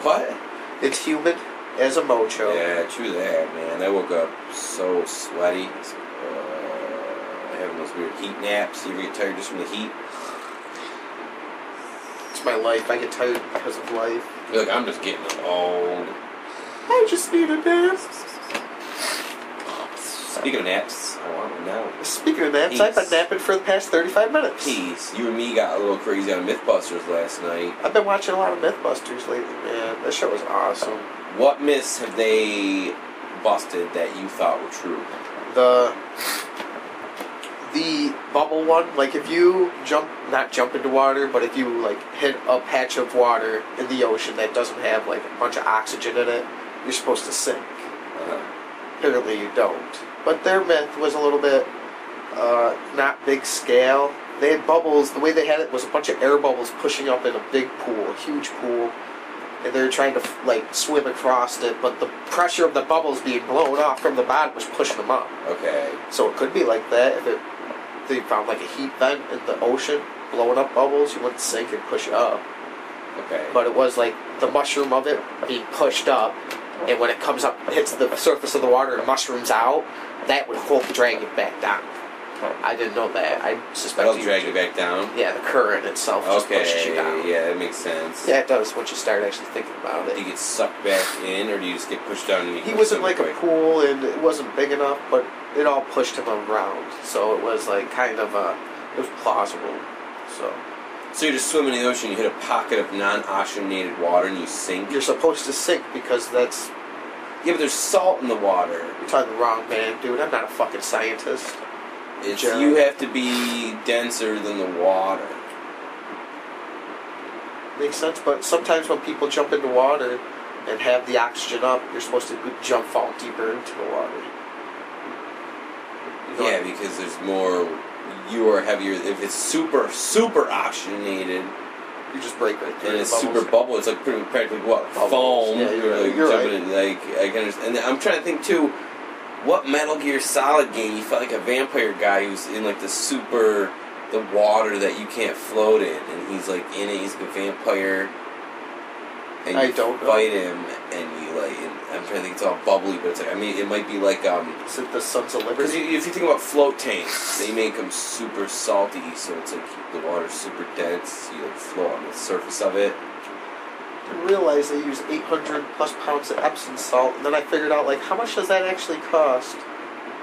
Speaker 2: What?
Speaker 5: It's humid as a mocho.
Speaker 2: Yeah, true that, man. I woke up so sweaty, uh, having those weird heat naps. You ever get tired just from the heat?
Speaker 5: It's my life. I get tired because of life.
Speaker 2: You're like, I'm just getting old.
Speaker 5: I just need a nap.
Speaker 2: Speaking of naps,
Speaker 5: Oh,
Speaker 2: I want one now.
Speaker 5: Speaking of naps, I've
Speaker 2: Peace.
Speaker 5: been napping for the past 35 minutes.
Speaker 2: Peace. You and me got a little crazy on MythBusters last night.
Speaker 5: I've been watching a lot of Mythbusters lately, man. That show is awesome.
Speaker 2: What myths have they busted that you thought were true?
Speaker 5: the the bubble one like if you jump not jump into water but if you like hit a patch of water in the ocean that doesn't have like a bunch of oxygen in it you're supposed to sink
Speaker 2: Uh-huh.
Speaker 5: apparently you don't but their myth was a little bit uh, not big scale they had bubbles the way they had it was a bunch of air bubbles pushing up in a big pool a huge pool and they were trying to like swim across it but the pressure of the bubbles being blown off from the bottom was pushing them up
Speaker 2: Okay.
Speaker 5: so it could be like that if it, they found like a heat vent in the ocean blowing up bubbles, you wouldn't sink and push up.
Speaker 2: Okay.
Speaker 5: But it was like the mushroom of it being pushed up, and when it comes up, hits the surface of the water and mushrooms out, that would hold drag it back down. I didn't know that. I suspect
Speaker 2: That'll
Speaker 5: you-
Speaker 2: drag you back down.
Speaker 5: Yeah, the current itself just pushes you
Speaker 2: Oh, Okay.
Speaker 5: down.
Speaker 2: Yeah, that makes sense.
Speaker 5: Yeah, it does once you start actually thinking about
Speaker 2: Do
Speaker 5: it.
Speaker 2: you get sucked back in, or do you just get pushed down? And you
Speaker 5: He
Speaker 2: get
Speaker 5: was in
Speaker 2: sucked
Speaker 5: like a
Speaker 2: away?
Speaker 5: pool and it wasn't big enough, but it all pushed him around. So it was like kind of a, it was plausible. So
Speaker 2: So you're just swimming in the ocean. You hit a pocket of non-oxygenated water, and you sink.
Speaker 5: you're supposed to sink because that's
Speaker 2: yeah, but there's salt in the water.
Speaker 5: you're talking the wrong man, dude. I'm not a fucking scientist.
Speaker 2: It's,
Speaker 5: Jared.
Speaker 2: you have to be denser than the water.
Speaker 5: Makes sense, but sometimes when people jump into water and have the oxygen up, you're supposed to jump fall deeper into the water.
Speaker 2: You Yeah, because there's more. You are heavier. If it's super, super oxygenated
Speaker 5: You just break right through
Speaker 2: and
Speaker 5: the
Speaker 2: it's
Speaker 5: bubbles.
Speaker 2: super bubble, it's like pretty practically what
Speaker 5: Bubbles.
Speaker 2: foam.
Speaker 5: Yeah, you're
Speaker 2: like,
Speaker 5: right. You're
Speaker 2: jumping in, like I can understand. And I'm trying to think too. What Metal Gear Solid game you felt like a vampire guy who's in like the super, the water that you can't float in, and he's like in it. He's like a vampire. And
Speaker 5: I
Speaker 2: you
Speaker 5: don't know.
Speaker 2: fight him, and you like. And I'm trying to think. It's all bubbly, but it's like I mean, it might be like um.
Speaker 5: Is it the Sons of
Speaker 2: Because
Speaker 5: Liberty?
Speaker 2: if you think about float tanks, they make them super salty, so it's like the water's super dense. You like float on the surface of it.
Speaker 5: didn't realize they use 800 plus pounds of Epsom salt, and then I figured out like how much does that actually cost?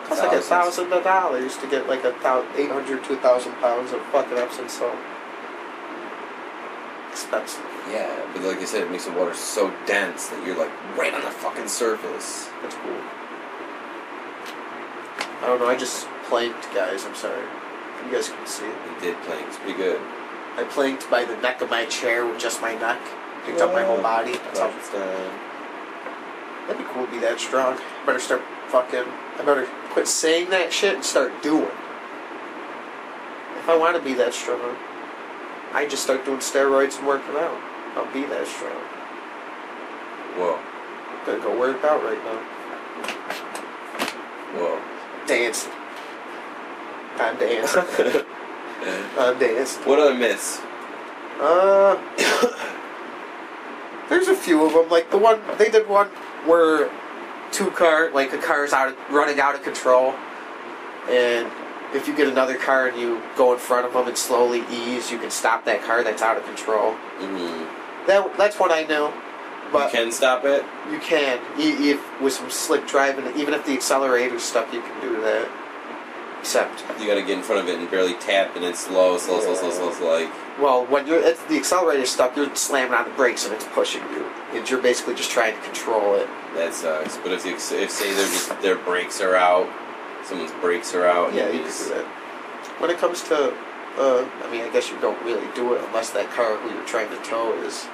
Speaker 5: Costs like a
Speaker 2: Thousands.
Speaker 5: thousand of dollars to get like a thou- 800 to a thousand pounds of fucking Epsom salt. Expensive.
Speaker 2: Yeah, but like I said, it makes the water so dense that you're like right on the fucking surface.
Speaker 5: That's cool. I don't know. I just planked, guys. I'm sorry. You guys can see it.
Speaker 2: We did playing. It's pretty good.
Speaker 5: I planked by the neck of my chair with just my neck. Picked up my whole body. That's how
Speaker 2: But, uh,
Speaker 5: That'd be cool to be that strong. I better start fucking. I better quit saying that shit and start doing. If I want to be that strong, I just start doing steroids and working out. I'll be that strong.
Speaker 2: whoa,
Speaker 5: I'm gonna go work out right now.
Speaker 2: whoa.
Speaker 5: Dancing. I'm
Speaker 2: (laughs)
Speaker 5: dancing. (laughs) I'm dancing.
Speaker 2: what other myths?
Speaker 5: Uh, (coughs) there's a few of them. Like the one they did one where two car like a car's out of, running out of control, and if you get another car and you go in front of them and slowly ease, you can stop that car that's out of control.
Speaker 2: Mm-hmm.
Speaker 5: That that's what I knew.
Speaker 2: You
Speaker 5: But
Speaker 2: can stop it.
Speaker 5: you can, e if with some slick driving, even if the accelerator's stuck, you can do that. Except,
Speaker 2: You gotta get in front of it and barely tap, and it's slow, slow, slow, slow, slow, slow. Like
Speaker 5: well, when you're it's, the accelerator's stuck, you're slamming on the brakes and it's pushing you, and you're basically just trying to control it.
Speaker 2: that sucks. But if you, if say they're just their brakes are out, someone's brakes are out.
Speaker 5: Yeah,
Speaker 2: and
Speaker 5: you
Speaker 2: you
Speaker 5: can do
Speaker 2: just,
Speaker 5: that. When it comes to, uh, I mean, I guess you don't really do it unless that car who you're trying to tow is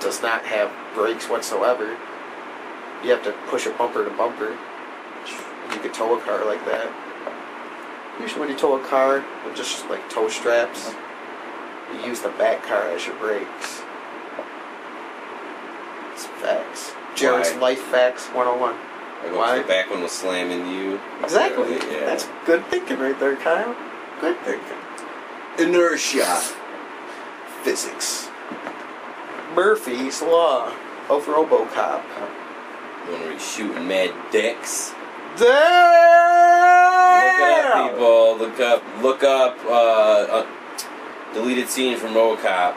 Speaker 5: does not have brakes whatsoever. You have to push it bumper to bumper. You could tow a car like that. Usually, when you tow a car with just like tow straps, you use the back car as your brakes. It's facts. Jared's
Speaker 2: Why?
Speaker 5: life facts 101.
Speaker 2: I go
Speaker 5: Why?
Speaker 2: to the back one was slamming you.
Speaker 5: Exactly.
Speaker 2: Yeah.
Speaker 5: That's good thinking right there, Kyle. Good thinking.
Speaker 2: inertia.
Speaker 5: physics. Murphy's Law of Robocop.
Speaker 2: When we're shooting mad dicks. Look up,
Speaker 5: Damn!
Speaker 2: people. Look up. Look up. Uh, uh, deleted scene from RoboCop,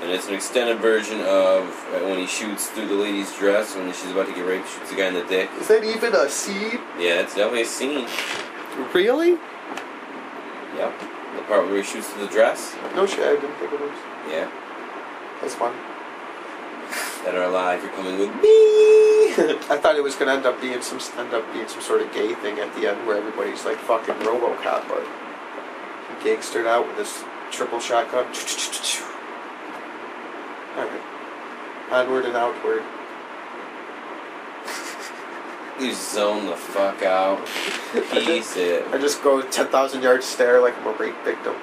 Speaker 2: and it's an extended version of uh, when he shoots through the lady's dress when she's about to get raped. Shoots the guy in the dick.
Speaker 5: Is that even a seed?
Speaker 2: Yeah, it's definitely a scene.
Speaker 5: Really?
Speaker 2: Yep. The part where he shoots through the dress.
Speaker 5: No shit, I didn't think of those.
Speaker 2: Yeah.
Speaker 5: That's fun.
Speaker 2: That are alive. You're coming with me.
Speaker 5: (laughs) I thought it was gonna end up being some end up being some sort of gay thing at the end where everybody's like fucking RoboCop, but he gangstered out with his triple shotgun. (laughs) Alright. Onward and outward.
Speaker 2: you zone the fuck out. Piece it.
Speaker 5: I just go 10,000 yards stare like I'm a rape victim.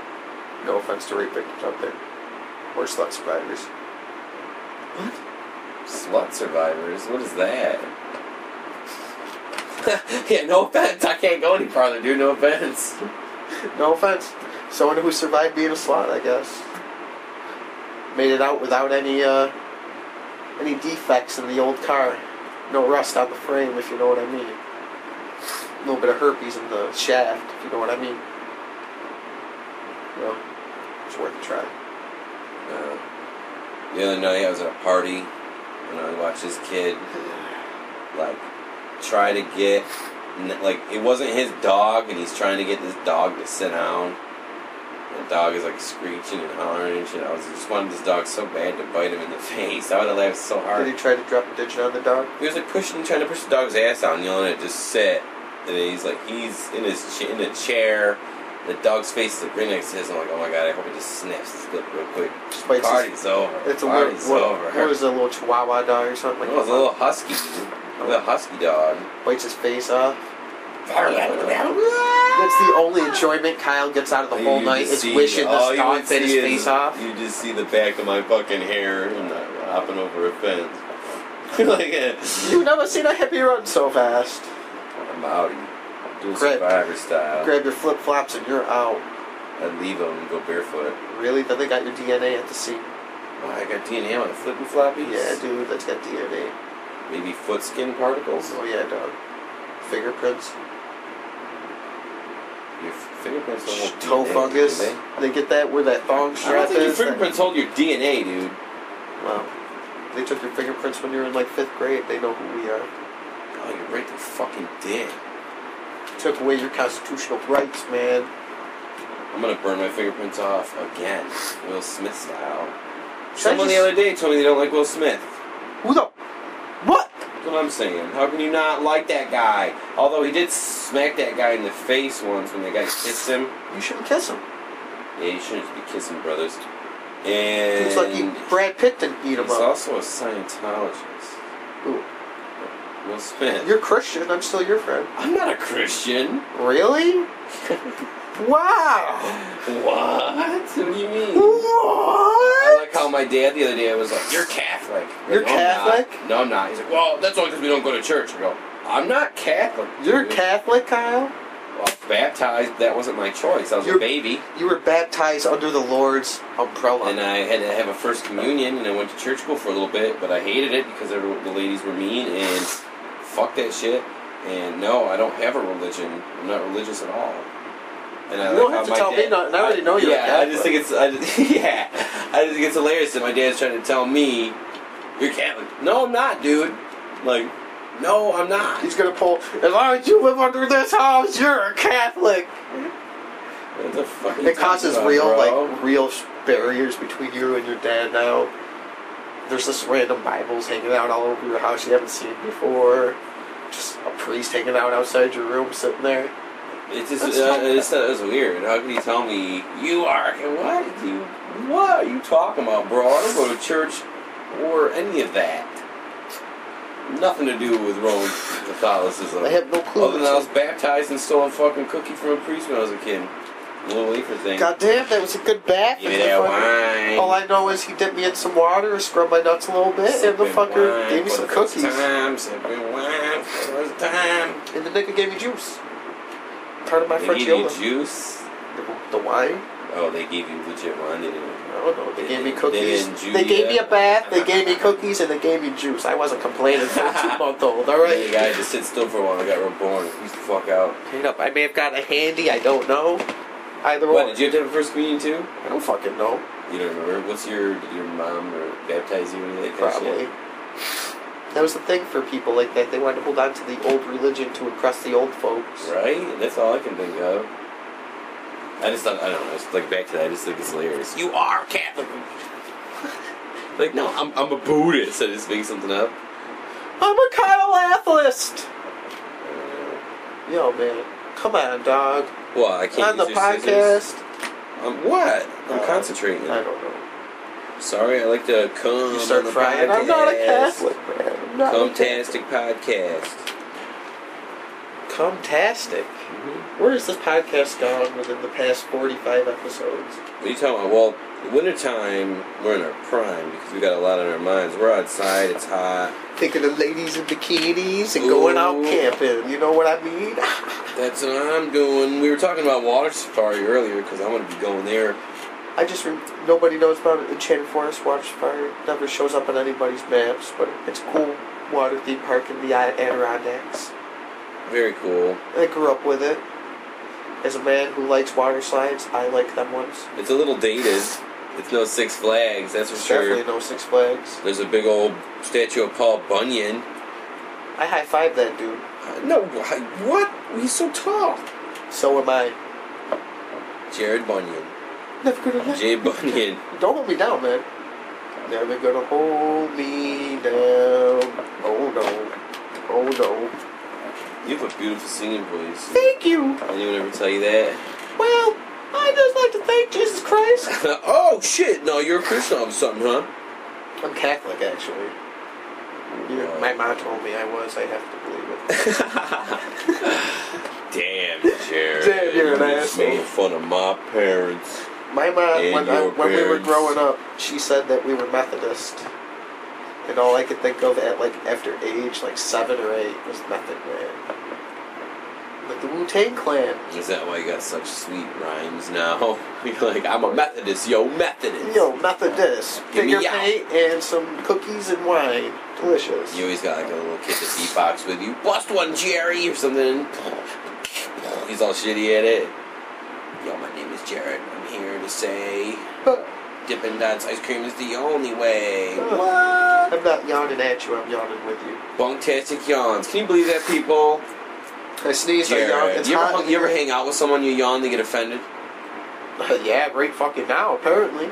Speaker 5: No offense to rape victims out there. Or slut survivors.
Speaker 2: Slut survivors? What is that? (laughs) yeah, no offense. I can't go any farther, dude. No offense.
Speaker 5: No offense. Someone who survived being a slut, I guess. Made it out without any, uh, any defects in the old car. No rust on the frame, if you know what I mean. A little bit of herpes in the shaft, if you know what I mean. Well, it's worth a try.
Speaker 2: Uh, the other night I was at a party and I watched this kid like try to get n- like it wasn't his dog and he's trying to get this dog to sit down. The dog is like screeching and hollering and shit. I was just wanted this dog so bad to bite him in the (laughs) face. I would have laughed so hard.
Speaker 5: Did he try to drop a digit on the dog?
Speaker 2: He was like pushing, trying to push the dog's ass out, and yelling at it, just sit. And then he's like, he's in his ch- in a chair. The dog's face is like right next to his. I'm like, oh my god, I hope it just sniffs his lip real quick.
Speaker 5: Just bites his-
Speaker 2: Party's over.
Speaker 5: It's a little,
Speaker 2: Party's
Speaker 5: what,
Speaker 2: over.
Speaker 5: what was it, a little chihuahua dog or
Speaker 2: (laughs)
Speaker 5: something?
Speaker 2: it
Speaker 5: Like
Speaker 2: was a
Speaker 5: that?
Speaker 2: little husky, dude. a little husky dog.
Speaker 5: bites his face off. That's the only enjoyment Kyle gets out of the whole
Speaker 2: You
Speaker 5: night
Speaker 2: just
Speaker 5: is
Speaker 2: see-
Speaker 5: wishing
Speaker 2: all
Speaker 5: this
Speaker 2: you
Speaker 5: dog
Speaker 2: would
Speaker 5: bit his
Speaker 2: see
Speaker 5: face
Speaker 2: is-
Speaker 5: off.
Speaker 2: You just see the back of my fucking hair and uh, hopping over a fence. (laughs) like, uh,
Speaker 5: Dude, I've seen a hippie run so fast.
Speaker 2: I'm out. Doing
Speaker 5: Grab-
Speaker 2: Survivor style.
Speaker 5: Grab your flip flops and you're out.
Speaker 2: I'd leave them and go barefoot.
Speaker 5: Really? Then they got your DNA at the scene.
Speaker 2: Oh, I got DNA on the flipping floppies.
Speaker 5: Yeah, dude, that's got DNA.
Speaker 2: Maybe foot skin particles.
Speaker 5: Oh yeah, dog. Fingerprints,
Speaker 2: Your fingerprints don't hold
Speaker 5: toe
Speaker 2: DNA, do
Speaker 5: fungus.
Speaker 2: they?
Speaker 5: They get that where that thong
Speaker 2: I don't
Speaker 5: strap
Speaker 2: think your
Speaker 5: is.
Speaker 2: fingerprints hold your DNA, dude.
Speaker 5: Wow. They took your fingerprints when you were in like fifth grade. They know who we are.
Speaker 2: Oh, you're right the fucking dick.
Speaker 5: Took away your constitutional rights, man.
Speaker 2: I'm gonna burn my fingerprints off again, Will Smith style.
Speaker 5: Should I
Speaker 2: Someone the
Speaker 5: just-
Speaker 2: other day told me they don't like Will Smith.
Speaker 5: Who the? What?
Speaker 2: That's what I'm saying. How can you not like that guy? Although he did smack that guy in the face once when the guy kissed him.
Speaker 5: You shouldn't kiss him.
Speaker 2: Yeah, you shouldn't be kissing brothers. And
Speaker 5: Looks like you, Brad Pitt didn't beat him
Speaker 2: he's
Speaker 5: up.
Speaker 2: also a Scientologist.
Speaker 5: Ooh.
Speaker 2: Will Smith.
Speaker 5: You're Christian. I'm still your friend.
Speaker 2: I'm not a Christian. (laughs)
Speaker 5: Really? wow.
Speaker 2: What? What do you mean? I
Speaker 5: What?
Speaker 2: like how my dad the other day was like, "You're Catholic." I'm like,
Speaker 5: You're
Speaker 2: "No, I'm not."
Speaker 5: Catholic?
Speaker 2: No, I'm not. He's like, "Well, that's only because we don't go to church." I go, "I'm not Catholic."
Speaker 5: You're
Speaker 2: dude.
Speaker 5: Catholic, Kyle.
Speaker 2: Well, baptized. That wasn't my choice. I was
Speaker 5: You're-
Speaker 2: a baby,
Speaker 5: You were baptized under the Lord's umbrella.
Speaker 2: and uh, I had to have a first communion, and I went to church school for a little bit, but I hated it because everyone, the ladies were mean and fuck that shit. And no, I don't have a religion. I'm not religious at all. And I
Speaker 5: You don't
Speaker 2: like how
Speaker 5: have to
Speaker 2: my
Speaker 5: tell me
Speaker 2: dad-
Speaker 5: nothing. I already know you're a
Speaker 2: Yeah, I just
Speaker 5: Catholic.
Speaker 2: think it's. I just, (laughs) yeah, I just think it's hilarious that my dad's trying to tell me you're Catholic. No, I'm not, dude. Like, no, I'm not.
Speaker 5: He's gonna pull. As long as you live under this house, you're a Catholic.
Speaker 2: What the fuck? are you
Speaker 5: It causes
Speaker 2: talking about,
Speaker 5: real,
Speaker 2: bro?
Speaker 5: like, real sh- barriers between you and your dad now. There's this random Bibles hanging out all over your house you haven't seen before. Just a priest hanging out outside your room, sitting there.
Speaker 2: It's just,
Speaker 5: That's
Speaker 2: uh,
Speaker 5: not-
Speaker 2: it's, uh, it's weird. How can you tell me you are? What you? What are you talking about, bro? I don't go to church or any of that. Nothing to do with Roman Catholicism.
Speaker 5: I have no clue.
Speaker 2: Other than I was baptized and stole a fucking cookie from a priest when I was a kid. Little wafer thing.
Speaker 5: God damn, that was a good bath.
Speaker 2: Give me
Speaker 5: and the
Speaker 2: that
Speaker 5: fucker-
Speaker 2: wine.
Speaker 5: All I know is he dipped me in some water, scrubbed my nuts a little bit, and
Speaker 2: Sipping
Speaker 5: the fucker
Speaker 2: wine
Speaker 5: gave me
Speaker 2: for
Speaker 5: some
Speaker 2: the first
Speaker 5: cookies.
Speaker 2: Time, sipping wine for the first time.
Speaker 5: And the nigga gave me juice. Part of my
Speaker 2: They gave you
Speaker 5: Frenciola.
Speaker 2: juice.
Speaker 5: The, the wine?
Speaker 2: Oh, they gave you legit wine, didn't they?
Speaker 5: I don't know. They
Speaker 2: They
Speaker 5: gave me
Speaker 2: didn't-
Speaker 5: cookies.
Speaker 2: they didn't
Speaker 5: They,
Speaker 2: do
Speaker 5: gave
Speaker 2: that.
Speaker 5: me a bath. They gave me cookies, and they gave me juice. I wasn't complaining for a
Speaker 2: (laughs)
Speaker 5: two-month-old. All
Speaker 2: Right. The
Speaker 5: right.
Speaker 2: guy just sit still for a while and got reborn. He's the fuck out.
Speaker 5: Paid up. I may have gotten a handy. I don't know. Either
Speaker 2: What,
Speaker 5: one.
Speaker 2: did you have to have a first communion too?
Speaker 5: I don't fucking know.
Speaker 2: You don't remember? What's your, did your mom or baptize you or anything like that
Speaker 5: Probably.
Speaker 2: shit?
Speaker 5: That was the thing for people like that. They wanted to hold on to the old religion to impress the old folks.
Speaker 2: Right? That's all I can think of. I just thought, I don't know, it's like back to that, I just think it's hilarious. You are Catholic! (laughs) like, no, I'm, I'm a Buddhist. I just make something up.
Speaker 5: I'm a Kyle Athlist.
Speaker 2: I don't know.
Speaker 5: Yo, man. Come on, dog.
Speaker 2: Well, I can't
Speaker 5: on the
Speaker 2: use your scissors.
Speaker 5: podcast.
Speaker 2: Um, what? I'm
Speaker 5: Uh,
Speaker 2: concentrating.
Speaker 5: I don't know.
Speaker 2: Sorry, I like to come
Speaker 5: You start
Speaker 2: on the
Speaker 5: crying.
Speaker 2: podcast.
Speaker 5: I'm not a Catholic, man. I'm not a Catholic.
Speaker 2: Comtastic podcast. Mm-hmm.
Speaker 5: Comtastic. Where has this podcast gone within the past 45 episodes?
Speaker 2: What are you talking about? Well, the wintertime, we're in our prime because we got a lot on our minds. We're outside, it's hot.
Speaker 5: Thinking of ladies in bikinis and
Speaker 2: Ooh.
Speaker 5: going out camping. You know what I mean? (laughs)
Speaker 2: That's what I'm doing. We were talking about water safari earlier because I'm going to be going there.
Speaker 5: I just re- nobody knows about it. Enchanted Forest Watch Fire never shows up on anybody's maps, but it's a cool water theme park in the Adirondacks.
Speaker 2: Very cool.
Speaker 5: I grew up with it. As a man who likes water slides, I like them ones.
Speaker 2: It's a little dated. It's no Six Flags, that's for
Speaker 5: Definitely
Speaker 2: sure.
Speaker 5: no Six Flags.
Speaker 2: There's a big old statue of Paul Bunyan.
Speaker 5: I high five that dude.
Speaker 2: Uh, No, I- what? He's so tall.
Speaker 5: So am I.
Speaker 2: Jared Bunyan.
Speaker 5: Never gonna let
Speaker 2: Jay Bunyan.
Speaker 5: Don't hold me down, man. Never gonna hold me down. Oh no. Oh no.
Speaker 2: You have a beautiful singing voice.
Speaker 5: Thank you.
Speaker 2: Anyone ever tell you that? (laughs)
Speaker 5: Well, I just like to thank Jesus Christ.
Speaker 2: oh, shit. No, you're a Christian all of a sudden, huh?
Speaker 5: I'm Catholic, actually. You're, my mom told me I was. I have to believe it.
Speaker 2: (laughs) Damn, Jared.
Speaker 5: Damn, you're an asshole.
Speaker 2: Making fun of my parents.
Speaker 5: My mom,
Speaker 2: And
Speaker 5: when, I,
Speaker 2: your
Speaker 5: when we were
Speaker 2: parents.
Speaker 5: growing up, she said that we were Methodist. And all I could think of at like after age like seven or eight was Method Man, like the Wu Tang Clan.
Speaker 2: Is that why you got such sweet rhymes now? (laughs) You're like, I'm a Methodist, yo, Methodist.
Speaker 5: Yo, Methodist,
Speaker 2: Give me
Speaker 5: finger
Speaker 2: yow.
Speaker 5: paint and some cookies and wine, delicious.
Speaker 2: You always got like a little kid to beatbox with you. Bust one, Jerry, or something. He's all shitty at it. Yo, my name is Jared. I'm here to say Dippin' Dots ice cream is the only way.
Speaker 5: (laughs) I'm not yawning at you. I'm yawning with you.
Speaker 2: Bunktastic yawns. Can you believe that, people?
Speaker 5: I sneeze. I yawn.
Speaker 2: Jared,
Speaker 5: It's
Speaker 2: you
Speaker 5: hot
Speaker 2: ever,
Speaker 5: in
Speaker 2: you ever
Speaker 5: here.
Speaker 2: hang out with someone you yawn, they get offended? (laughs)
Speaker 5: yeah, right fucking now. Apparently.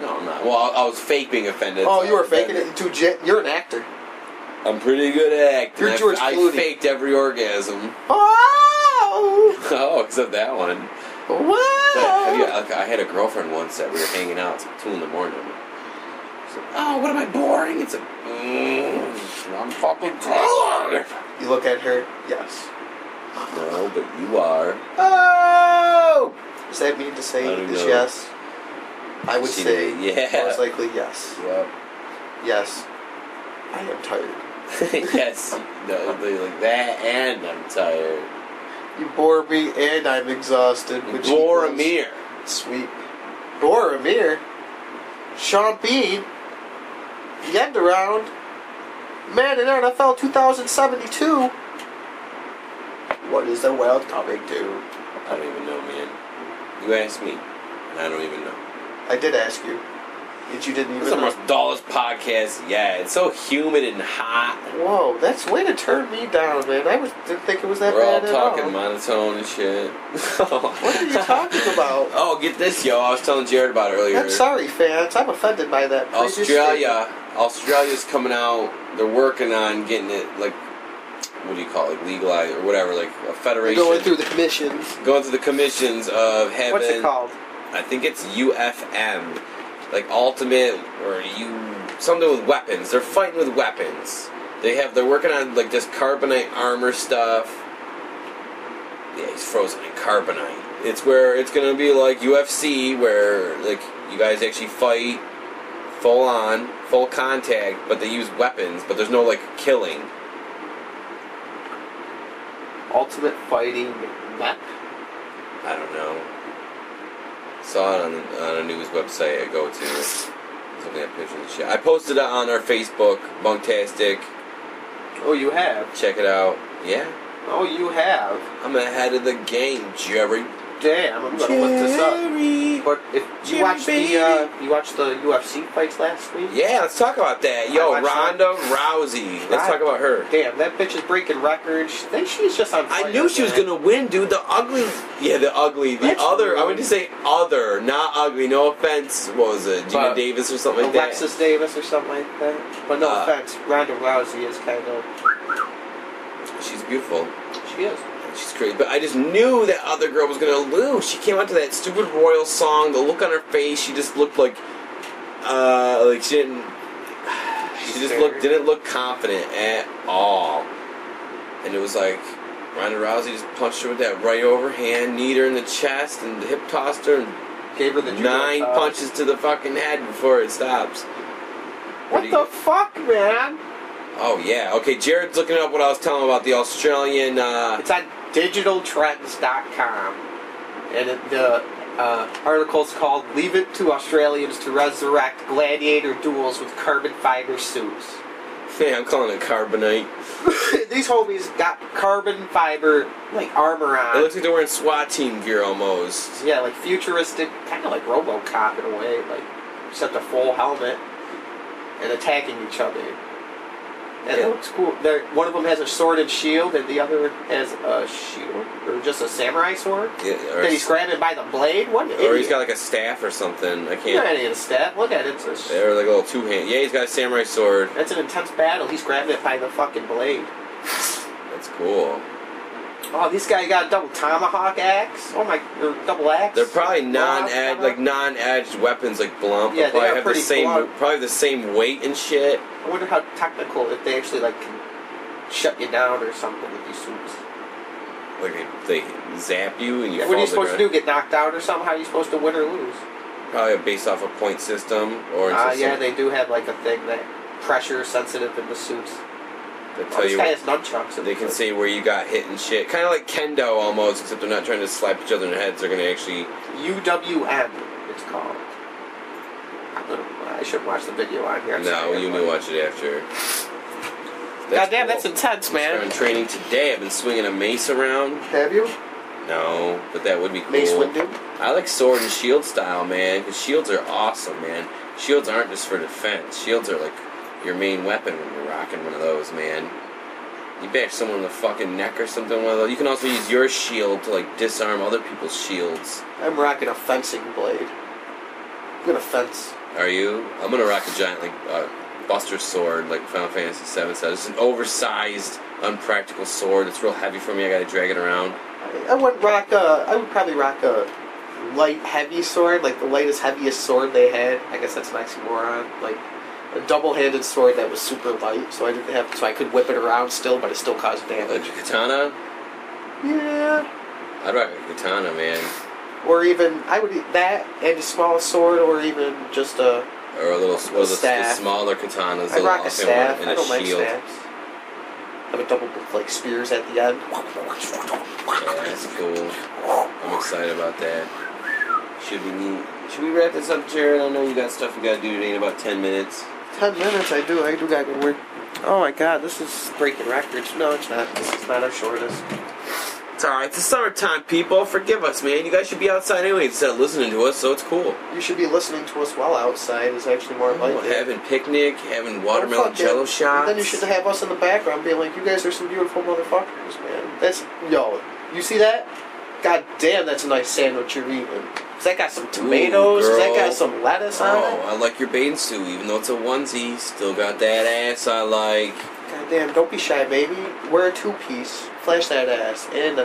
Speaker 2: No, I'm not. Well, I, I was fake being offended.
Speaker 5: Oh, you were faking it. Too jet. You're an actor.
Speaker 2: I'm pretty good at acting.
Speaker 5: You're
Speaker 2: I-
Speaker 5: George
Speaker 2: I,
Speaker 5: Clooney.
Speaker 2: faked every orgasm. (laughs)
Speaker 5: Oh.
Speaker 2: Oh, except that one. But have you,
Speaker 5: Wow.
Speaker 2: like, I had a girlfriend once that we were hanging out. It's like two in the morning. She's like, oh, what am I boring? It's like, mm, I'm fucking tired.
Speaker 5: You look at her. Yes.
Speaker 2: No, but you are.
Speaker 5: Oh. Does that mean to say
Speaker 2: I don't
Speaker 5: is
Speaker 2: know.
Speaker 5: yes? I would
Speaker 2: She
Speaker 5: say
Speaker 2: did, yeah.
Speaker 5: most likely yes.
Speaker 2: Yep. (laughs)
Speaker 5: Yes. I am tired.
Speaker 2: yes. No, they like that, and I'm tired.
Speaker 5: You bore me, and I'm exhausted. Which equals-
Speaker 2: Boromir.
Speaker 5: Sweet. Boromir. Sean Bean. The end around. Man in NFL 2072. What is the world coming to?
Speaker 2: I don't even know, man. You asked me, and I don't even know.
Speaker 5: I did ask you. Yet you didn't
Speaker 2: This is
Speaker 5: even
Speaker 2: the most dullest podcast. Yeah, it's so humid and hot.
Speaker 5: Whoa, that's way to turn me down, man. I was, didn't think it was that
Speaker 2: We're all
Speaker 5: bad at all.
Speaker 2: talking monotone and shit.
Speaker 5: what are you talking
Speaker 2: (laughs)
Speaker 5: about?
Speaker 2: Oh, get this, yo. I was telling Jared about it earlier.
Speaker 5: I'm sorry, fans. I'm offended by that. previous
Speaker 2: Australia. Australia's coming out. They're working on getting it, like, what do you call it? Like, legalized or whatever, like a
Speaker 5: statement.
Speaker 2: federation.
Speaker 5: Going through the commissions.
Speaker 2: Going through the commissions of having.
Speaker 5: What's it called?
Speaker 2: I think it's UFM. Like, ultimate, or you. Something with weapons. They're fighting with weapons. They have. They're working on, like, this carbonite armor stuff. Yeah, he's frozen in carbonite. It's where it's gonna be like UFC, where like you guys actually fight full on, full contact, but they use weapons, but there's no like killing.
Speaker 5: Ultimate Fighting Map.
Speaker 2: I don't know. Saw it on, on a news website I go to. Something that picture and shit. I posted it on our Facebook, Bunktastic.
Speaker 5: Oh, you have.
Speaker 2: Check it out. Yeah,
Speaker 5: Oh, you have.
Speaker 2: I'm ahead of the game, Jerry.
Speaker 5: Damn, I'm gonna look this up.
Speaker 2: Jerry.
Speaker 5: But if you watched the uh, you watched the UFC fights last week.
Speaker 2: Yeah, let's talk about that. Yo,
Speaker 5: I watched
Speaker 2: Ronda Rousey. Let's talk about her.
Speaker 5: Damn, that bitch is breaking records. Then she's just on.
Speaker 2: I
Speaker 5: fire,
Speaker 2: knew she was
Speaker 5: man.
Speaker 2: gonna win, dude. The ugly, yeah, the ugly, the
Speaker 5: That's
Speaker 2: other. I
Speaker 5: rude.
Speaker 2: meant to say other, not ugly. No offense. What was it, Gina
Speaker 5: But
Speaker 2: Davis or something like
Speaker 5: Alexis Davis or something like that. But no
Speaker 2: Uh,
Speaker 5: offense, Ronda Rousey is kind of.
Speaker 2: that? She's beautiful.
Speaker 5: She is.
Speaker 2: She's crazy. But I just knew that other girl was gonna lose. She came out to that stupid royal song. The look on her face, she just looked like, uh, like she didn't. (sighs) She just looked didn't look confident at all, and it was like Ronda Rousey just punched her with that right overhand, kneed her in the chest, and hip tossed her, and
Speaker 5: Gave her the judo
Speaker 2: Nine
Speaker 5: toss.
Speaker 2: punches to the fucking head before it stops.
Speaker 5: What the fuck, man?
Speaker 2: Oh yeah. Okay, Jared's looking up what I was telling about the Australian. Uh, (laughs)
Speaker 5: It's on digitaltrends.com. And it, the uh, article's called Leave It to Australians to Resurrect Gladiator Duels with Carbon Fiber Suits. (laughs)
Speaker 2: yeah, I'm calling it carbonite.
Speaker 5: These homies got carbon fiber like armor
Speaker 2: It
Speaker 5: on.
Speaker 2: looks like they're wearing SWAT team gear almost.
Speaker 5: yeah, like futuristic, kind of like RoboCop in a way, like except a full helmet and attacking each other. And
Speaker 2: Yeah.
Speaker 5: it looks cool. They're, one of them has a sword and shield, and the other has a shield or just a samurai sword.
Speaker 2: Yeah, or,
Speaker 5: That he's grabbing by the blade? What an
Speaker 2: or he's
Speaker 5: idiot.
Speaker 2: got like a staff or something. I
Speaker 5: You're not
Speaker 2: can't.
Speaker 5: an idiot, Stat. Look at it. It's a-
Speaker 2: Or like a little two hand. Yeah, he's got a samurai sword.
Speaker 5: that's an intense battle. He's grabbing it by the fucking blade.
Speaker 2: That's cool.
Speaker 5: Oh, this guy got a double tomahawk axe. Oh my, or double axe.
Speaker 2: They're probably
Speaker 5: Tomahawk,
Speaker 2: non-edged, like non-edged weapons, like blunt.
Speaker 5: Yeah,
Speaker 2: but
Speaker 5: they
Speaker 2: probably
Speaker 5: are
Speaker 2: have the
Speaker 5: pretty
Speaker 2: same,
Speaker 5: blunt.
Speaker 2: probably the same weight and shit.
Speaker 5: I wonder how technical if they actually like can shut you down or something with these suits.
Speaker 2: Like they, they zap you and you.
Speaker 5: what are you
Speaker 2: fall
Speaker 5: supposed to
Speaker 2: the
Speaker 5: do? Get knocked out or something? How are you supposed to win or lose?
Speaker 2: ground. Probably based off a point system or. it's
Speaker 5: Uh,
Speaker 2: just
Speaker 5: yeah,
Speaker 2: some-
Speaker 5: they do have like a thing that pressure sensitive in the suits.
Speaker 2: they
Speaker 5: Oh,
Speaker 2: tell
Speaker 5: this
Speaker 2: you.
Speaker 5: guy has nunchucks. in
Speaker 2: They
Speaker 5: the
Speaker 2: can
Speaker 5: suit.
Speaker 2: see where you got hit and shit. Kind of like kendo almost, except they're not trying to slap each other in the heads. They're gonna actually.
Speaker 5: UWM. It's called. I don't- I should watch the video on here. I'm
Speaker 2: No,
Speaker 5: sorry,
Speaker 2: you may
Speaker 5: everyone.
Speaker 2: watch it after.
Speaker 3: God damn,
Speaker 2: cool.
Speaker 3: that's intense,
Speaker 2: I'm
Speaker 3: man.
Speaker 2: training today. I've been swinging a mace around.
Speaker 5: Have you?
Speaker 2: No, but that would be cool.
Speaker 5: Mace Windu.
Speaker 2: I like sword and shield style, man. Because shields are awesome, man. Shields aren't just for defense. Shields are like your main weapon when you're rocking one of those, man. You bash someone in the fucking neck or something. One of those. You can also use your shield to like disarm other people's shields.
Speaker 5: I'm rocking a fencing blade. I'm gonna fence.
Speaker 2: Are you? I'm gonna rock a giant like uh, Buster sword, like Final Fantasy VII says. It's an oversized, unpractical sword. It's real heavy for me. I gotta drag it around.
Speaker 5: I, I would rock a. I would probably rock a light heavy sword, like the lightest heaviest sword they had. I guess that's an oxymoron. Like a double-handed sword that was super light, so I didn't have, so I could whip it around still, but it still caused
Speaker 2: A
Speaker 5: damage.
Speaker 2: katana.
Speaker 5: Yeah.
Speaker 2: I'd rock a katana, man.
Speaker 5: Or even I would that and a small sword, or even just a.
Speaker 2: Or a little, one of the, the
Speaker 5: Staff.
Speaker 2: smaller katanas,
Speaker 5: I
Speaker 2: the
Speaker 5: rock
Speaker 2: offhand
Speaker 5: a
Speaker 2: one,
Speaker 5: staff.
Speaker 2: and
Speaker 5: I
Speaker 2: a
Speaker 5: don't like
Speaker 2: shield.
Speaker 5: staffs. I would double like spears at the end.
Speaker 2: Yeah, that's cool. I'm excited about that. Should we need, should we wrap this up, Jared? I know you got stuff you gotta do today in about ten minutes.
Speaker 5: Ten minutes, I do. I do got to work. Oh my god, this is breaking records. No, it's not. This is not our shortest.
Speaker 2: It's alright, it's the summertime, people. Forgive us, man. You guys should be outside anyway instead of listening to us, so it's cool.
Speaker 5: You should be listening to us while outside. Is actually more
Speaker 2: Oh,
Speaker 5: likely.
Speaker 2: having picnic, having
Speaker 5: Oh,
Speaker 2: watermelon
Speaker 5: fuck yeah.
Speaker 2: jello shots.
Speaker 5: Then you should have us in the background, being like, "You guys are some beautiful motherfuckers, man." That's yo. You see that? God damn, that's a nice sandwich you're eating. Has that got some tomatoes? Has that
Speaker 2: girl.
Speaker 5: got some lettuce
Speaker 2: Oh,
Speaker 5: on it?
Speaker 2: I like your bathing suit, even though it's a onesie. Still got that ass I like.
Speaker 5: God damn, don't be shy, baby. Wear a two-piece, flash that ass, and the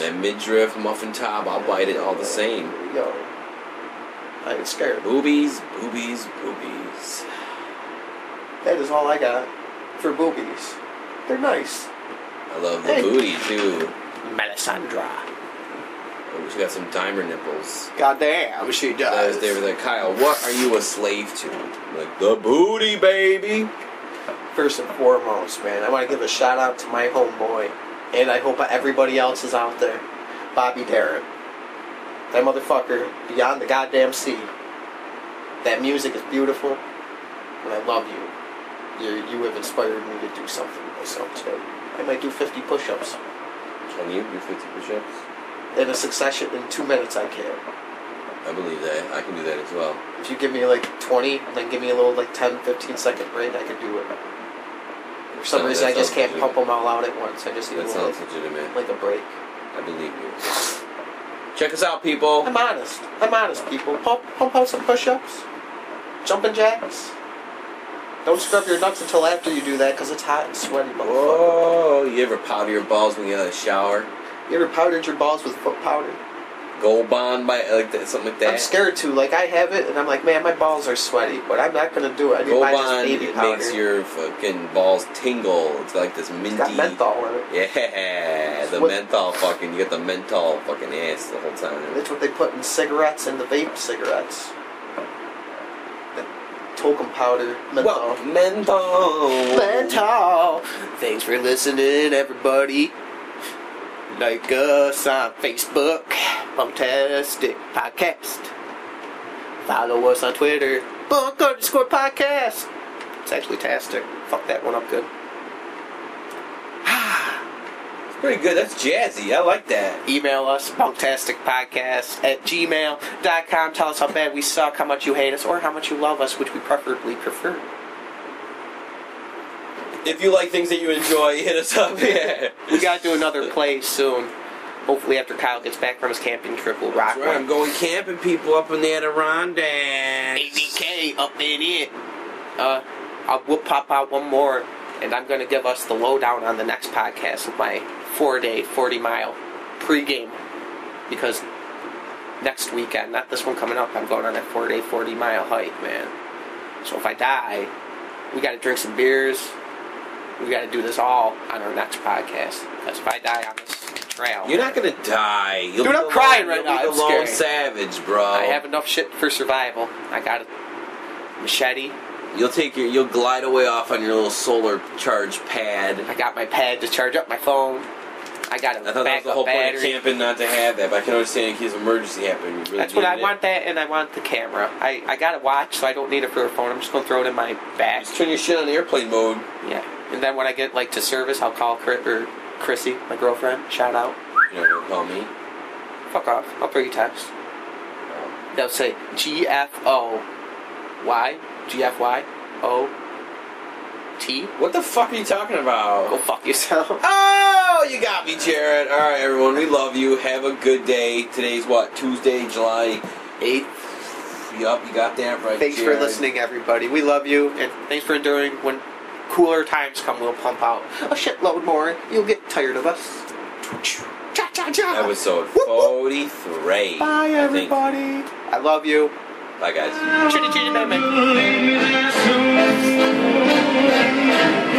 Speaker 2: And that midriff muffin top, I'll bite it all the same.
Speaker 5: Yo, I ain't scared.
Speaker 2: Boobies, boobies, boobies.
Speaker 5: That is all I got for boobies. They're nice.
Speaker 2: I love the
Speaker 5: Hey.
Speaker 2: booty too.
Speaker 5: Melisandra.
Speaker 2: Oh, she got some dimer nipples.
Speaker 5: Goddamn, she
Speaker 2: I was
Speaker 5: does.
Speaker 2: there with like, Kyle, what are you a slave to? I'm like, the booty, baby.
Speaker 5: First and foremost, man, I want to give a shout out to my homeboy, and I hope everybody else is out there. Bobby Darren. That motherfucker, beyond the goddamn sea. That music is beautiful, and I love you. You, you have inspired me to do something myself today. I might do 50 push ups.
Speaker 2: Can you do 50 push-ups?
Speaker 5: In a succession, in two minutes, I can.
Speaker 2: I believe that. I can do that as well.
Speaker 5: If you give me like 20, and then give me a little like 10, 15 second break, I could do it. For some
Speaker 2: No,
Speaker 5: reason, I
Speaker 2: that
Speaker 5: just
Speaker 2: sounds
Speaker 5: can't
Speaker 2: legit.
Speaker 5: pump them all out at once. I just need a
Speaker 2: That
Speaker 5: little,
Speaker 2: sounds
Speaker 5: like,
Speaker 2: legitimate.
Speaker 5: like a break.
Speaker 2: I believe you. Check us out, people.
Speaker 5: I'm honest. I'm honest, people. Pump, pump out some push ups, jumping jacks. Don't scrub your nuts until after you do that because it's hot and sweaty, motherfucker.
Speaker 2: Whoa, you ever powder your balls when you get out of the shower?
Speaker 5: You ever powdered your balls with foot powder?
Speaker 2: Gold bond by like that, something like that.
Speaker 5: I'm scared to. Like, I have it, and I'm like, man, my balls are sweaty, but I'm not going to do it. I need to
Speaker 2: Gold
Speaker 5: buy this
Speaker 2: bond
Speaker 5: baby
Speaker 2: it
Speaker 5: powder.
Speaker 2: makes your fucking balls tingle. It's like this minty.
Speaker 5: it's got menthol in it.
Speaker 2: Yeah, the
Speaker 5: What-
Speaker 2: menthol fucking. You get the menthol fucking ass the whole time.
Speaker 5: That's what they put in cigarettes and the vape cigarettes. The token powder, menthol.
Speaker 2: Well, menthol.
Speaker 5: menthol! Thanks for listening, everybody. Like us on Facebook, Fantastic Podcast. Follow us on Twitter, Bunk underscore podcast. It's actually Tastic. Fuck that one up good.
Speaker 2: It's pretty good. That's jazzy. I like that.
Speaker 5: Email us, bunktasticpodcast at gmail.com. Tell us how bad we suck, how much you hate us, or how much you love us, which we preferably prefer.
Speaker 2: If you like things that you enjoy, (laughs) hit us up. Yeah.
Speaker 5: We gotta do another play soon. Hopefully after Kyle gets back from his camping trip, we'll rock
Speaker 2: That's right. I'm
Speaker 5: one.
Speaker 2: going camping, people, up in the Adirondacks.
Speaker 5: ABK up in it. Uh, I'll, we'll pop out one more, and I'm gonna give us the lowdown on the next podcast of my four day, 40 mile pregame because next weekend, not this one coming up, I'm going on that four day, 40 mile hike, man. So if I die, we got to drink some beers. We got to do this all on our next podcast. Because if I die on this trail,
Speaker 2: You're not gonna die. You'll
Speaker 5: Dude,
Speaker 2: be
Speaker 5: I'm
Speaker 2: the
Speaker 5: crying
Speaker 2: lone-
Speaker 5: right now.
Speaker 2: You'll
Speaker 5: I'm
Speaker 2: be the lone
Speaker 5: scared.
Speaker 2: savage, bro.
Speaker 5: I have enough shit for survival. I got a machete.
Speaker 2: You'll take your. You'll glide away off on your little solar charge pad.
Speaker 5: I got my pad to charge up my phone. I got
Speaker 2: I
Speaker 5: a
Speaker 2: thought that was
Speaker 5: backup
Speaker 2: the whole
Speaker 5: battery.
Speaker 2: point of camping, not to have that. But I can understand in case of emergency happened. you really
Speaker 5: That's what
Speaker 2: need
Speaker 5: I
Speaker 2: it.
Speaker 5: want. That and I want the camera. I, I got a watch, so I don't need it for a phone. I'm just gonna throw it in my back.
Speaker 2: Just turn your shit on airplane mode.
Speaker 5: Yeah. And then when I get like to service, I'll call Chris or Chrissy, my girlfriend. Shout out.
Speaker 2: You know, don't call me.
Speaker 5: Fuck off. I'll throw you a text. They'll say G F O Y G F Y O T.
Speaker 2: What the fuck are you talking
Speaker 5: Go
Speaker 2: about?
Speaker 5: fuck yourself. (laughs)
Speaker 2: Oh, you got me, Jared. All right, everyone, we love you. Have a good day. Today's what Tuesday, July eighth. Yup, you got that right.
Speaker 5: Thanks for
Speaker 2: Jared.
Speaker 5: listening, everybody. We love you, and thanks for enduring. When cooler times come, we'll pump out a shitload more. You'll get tired of us. Cha cha cha.
Speaker 2: Episode
Speaker 5: Whoop, whoop.
Speaker 2: forty-three.
Speaker 5: Bye,
Speaker 2: I think.
Speaker 5: everybody. I love you.
Speaker 2: Bye, guys.
Speaker 5: Chitty chitty bang bang.
Speaker 4: Leave me there soon.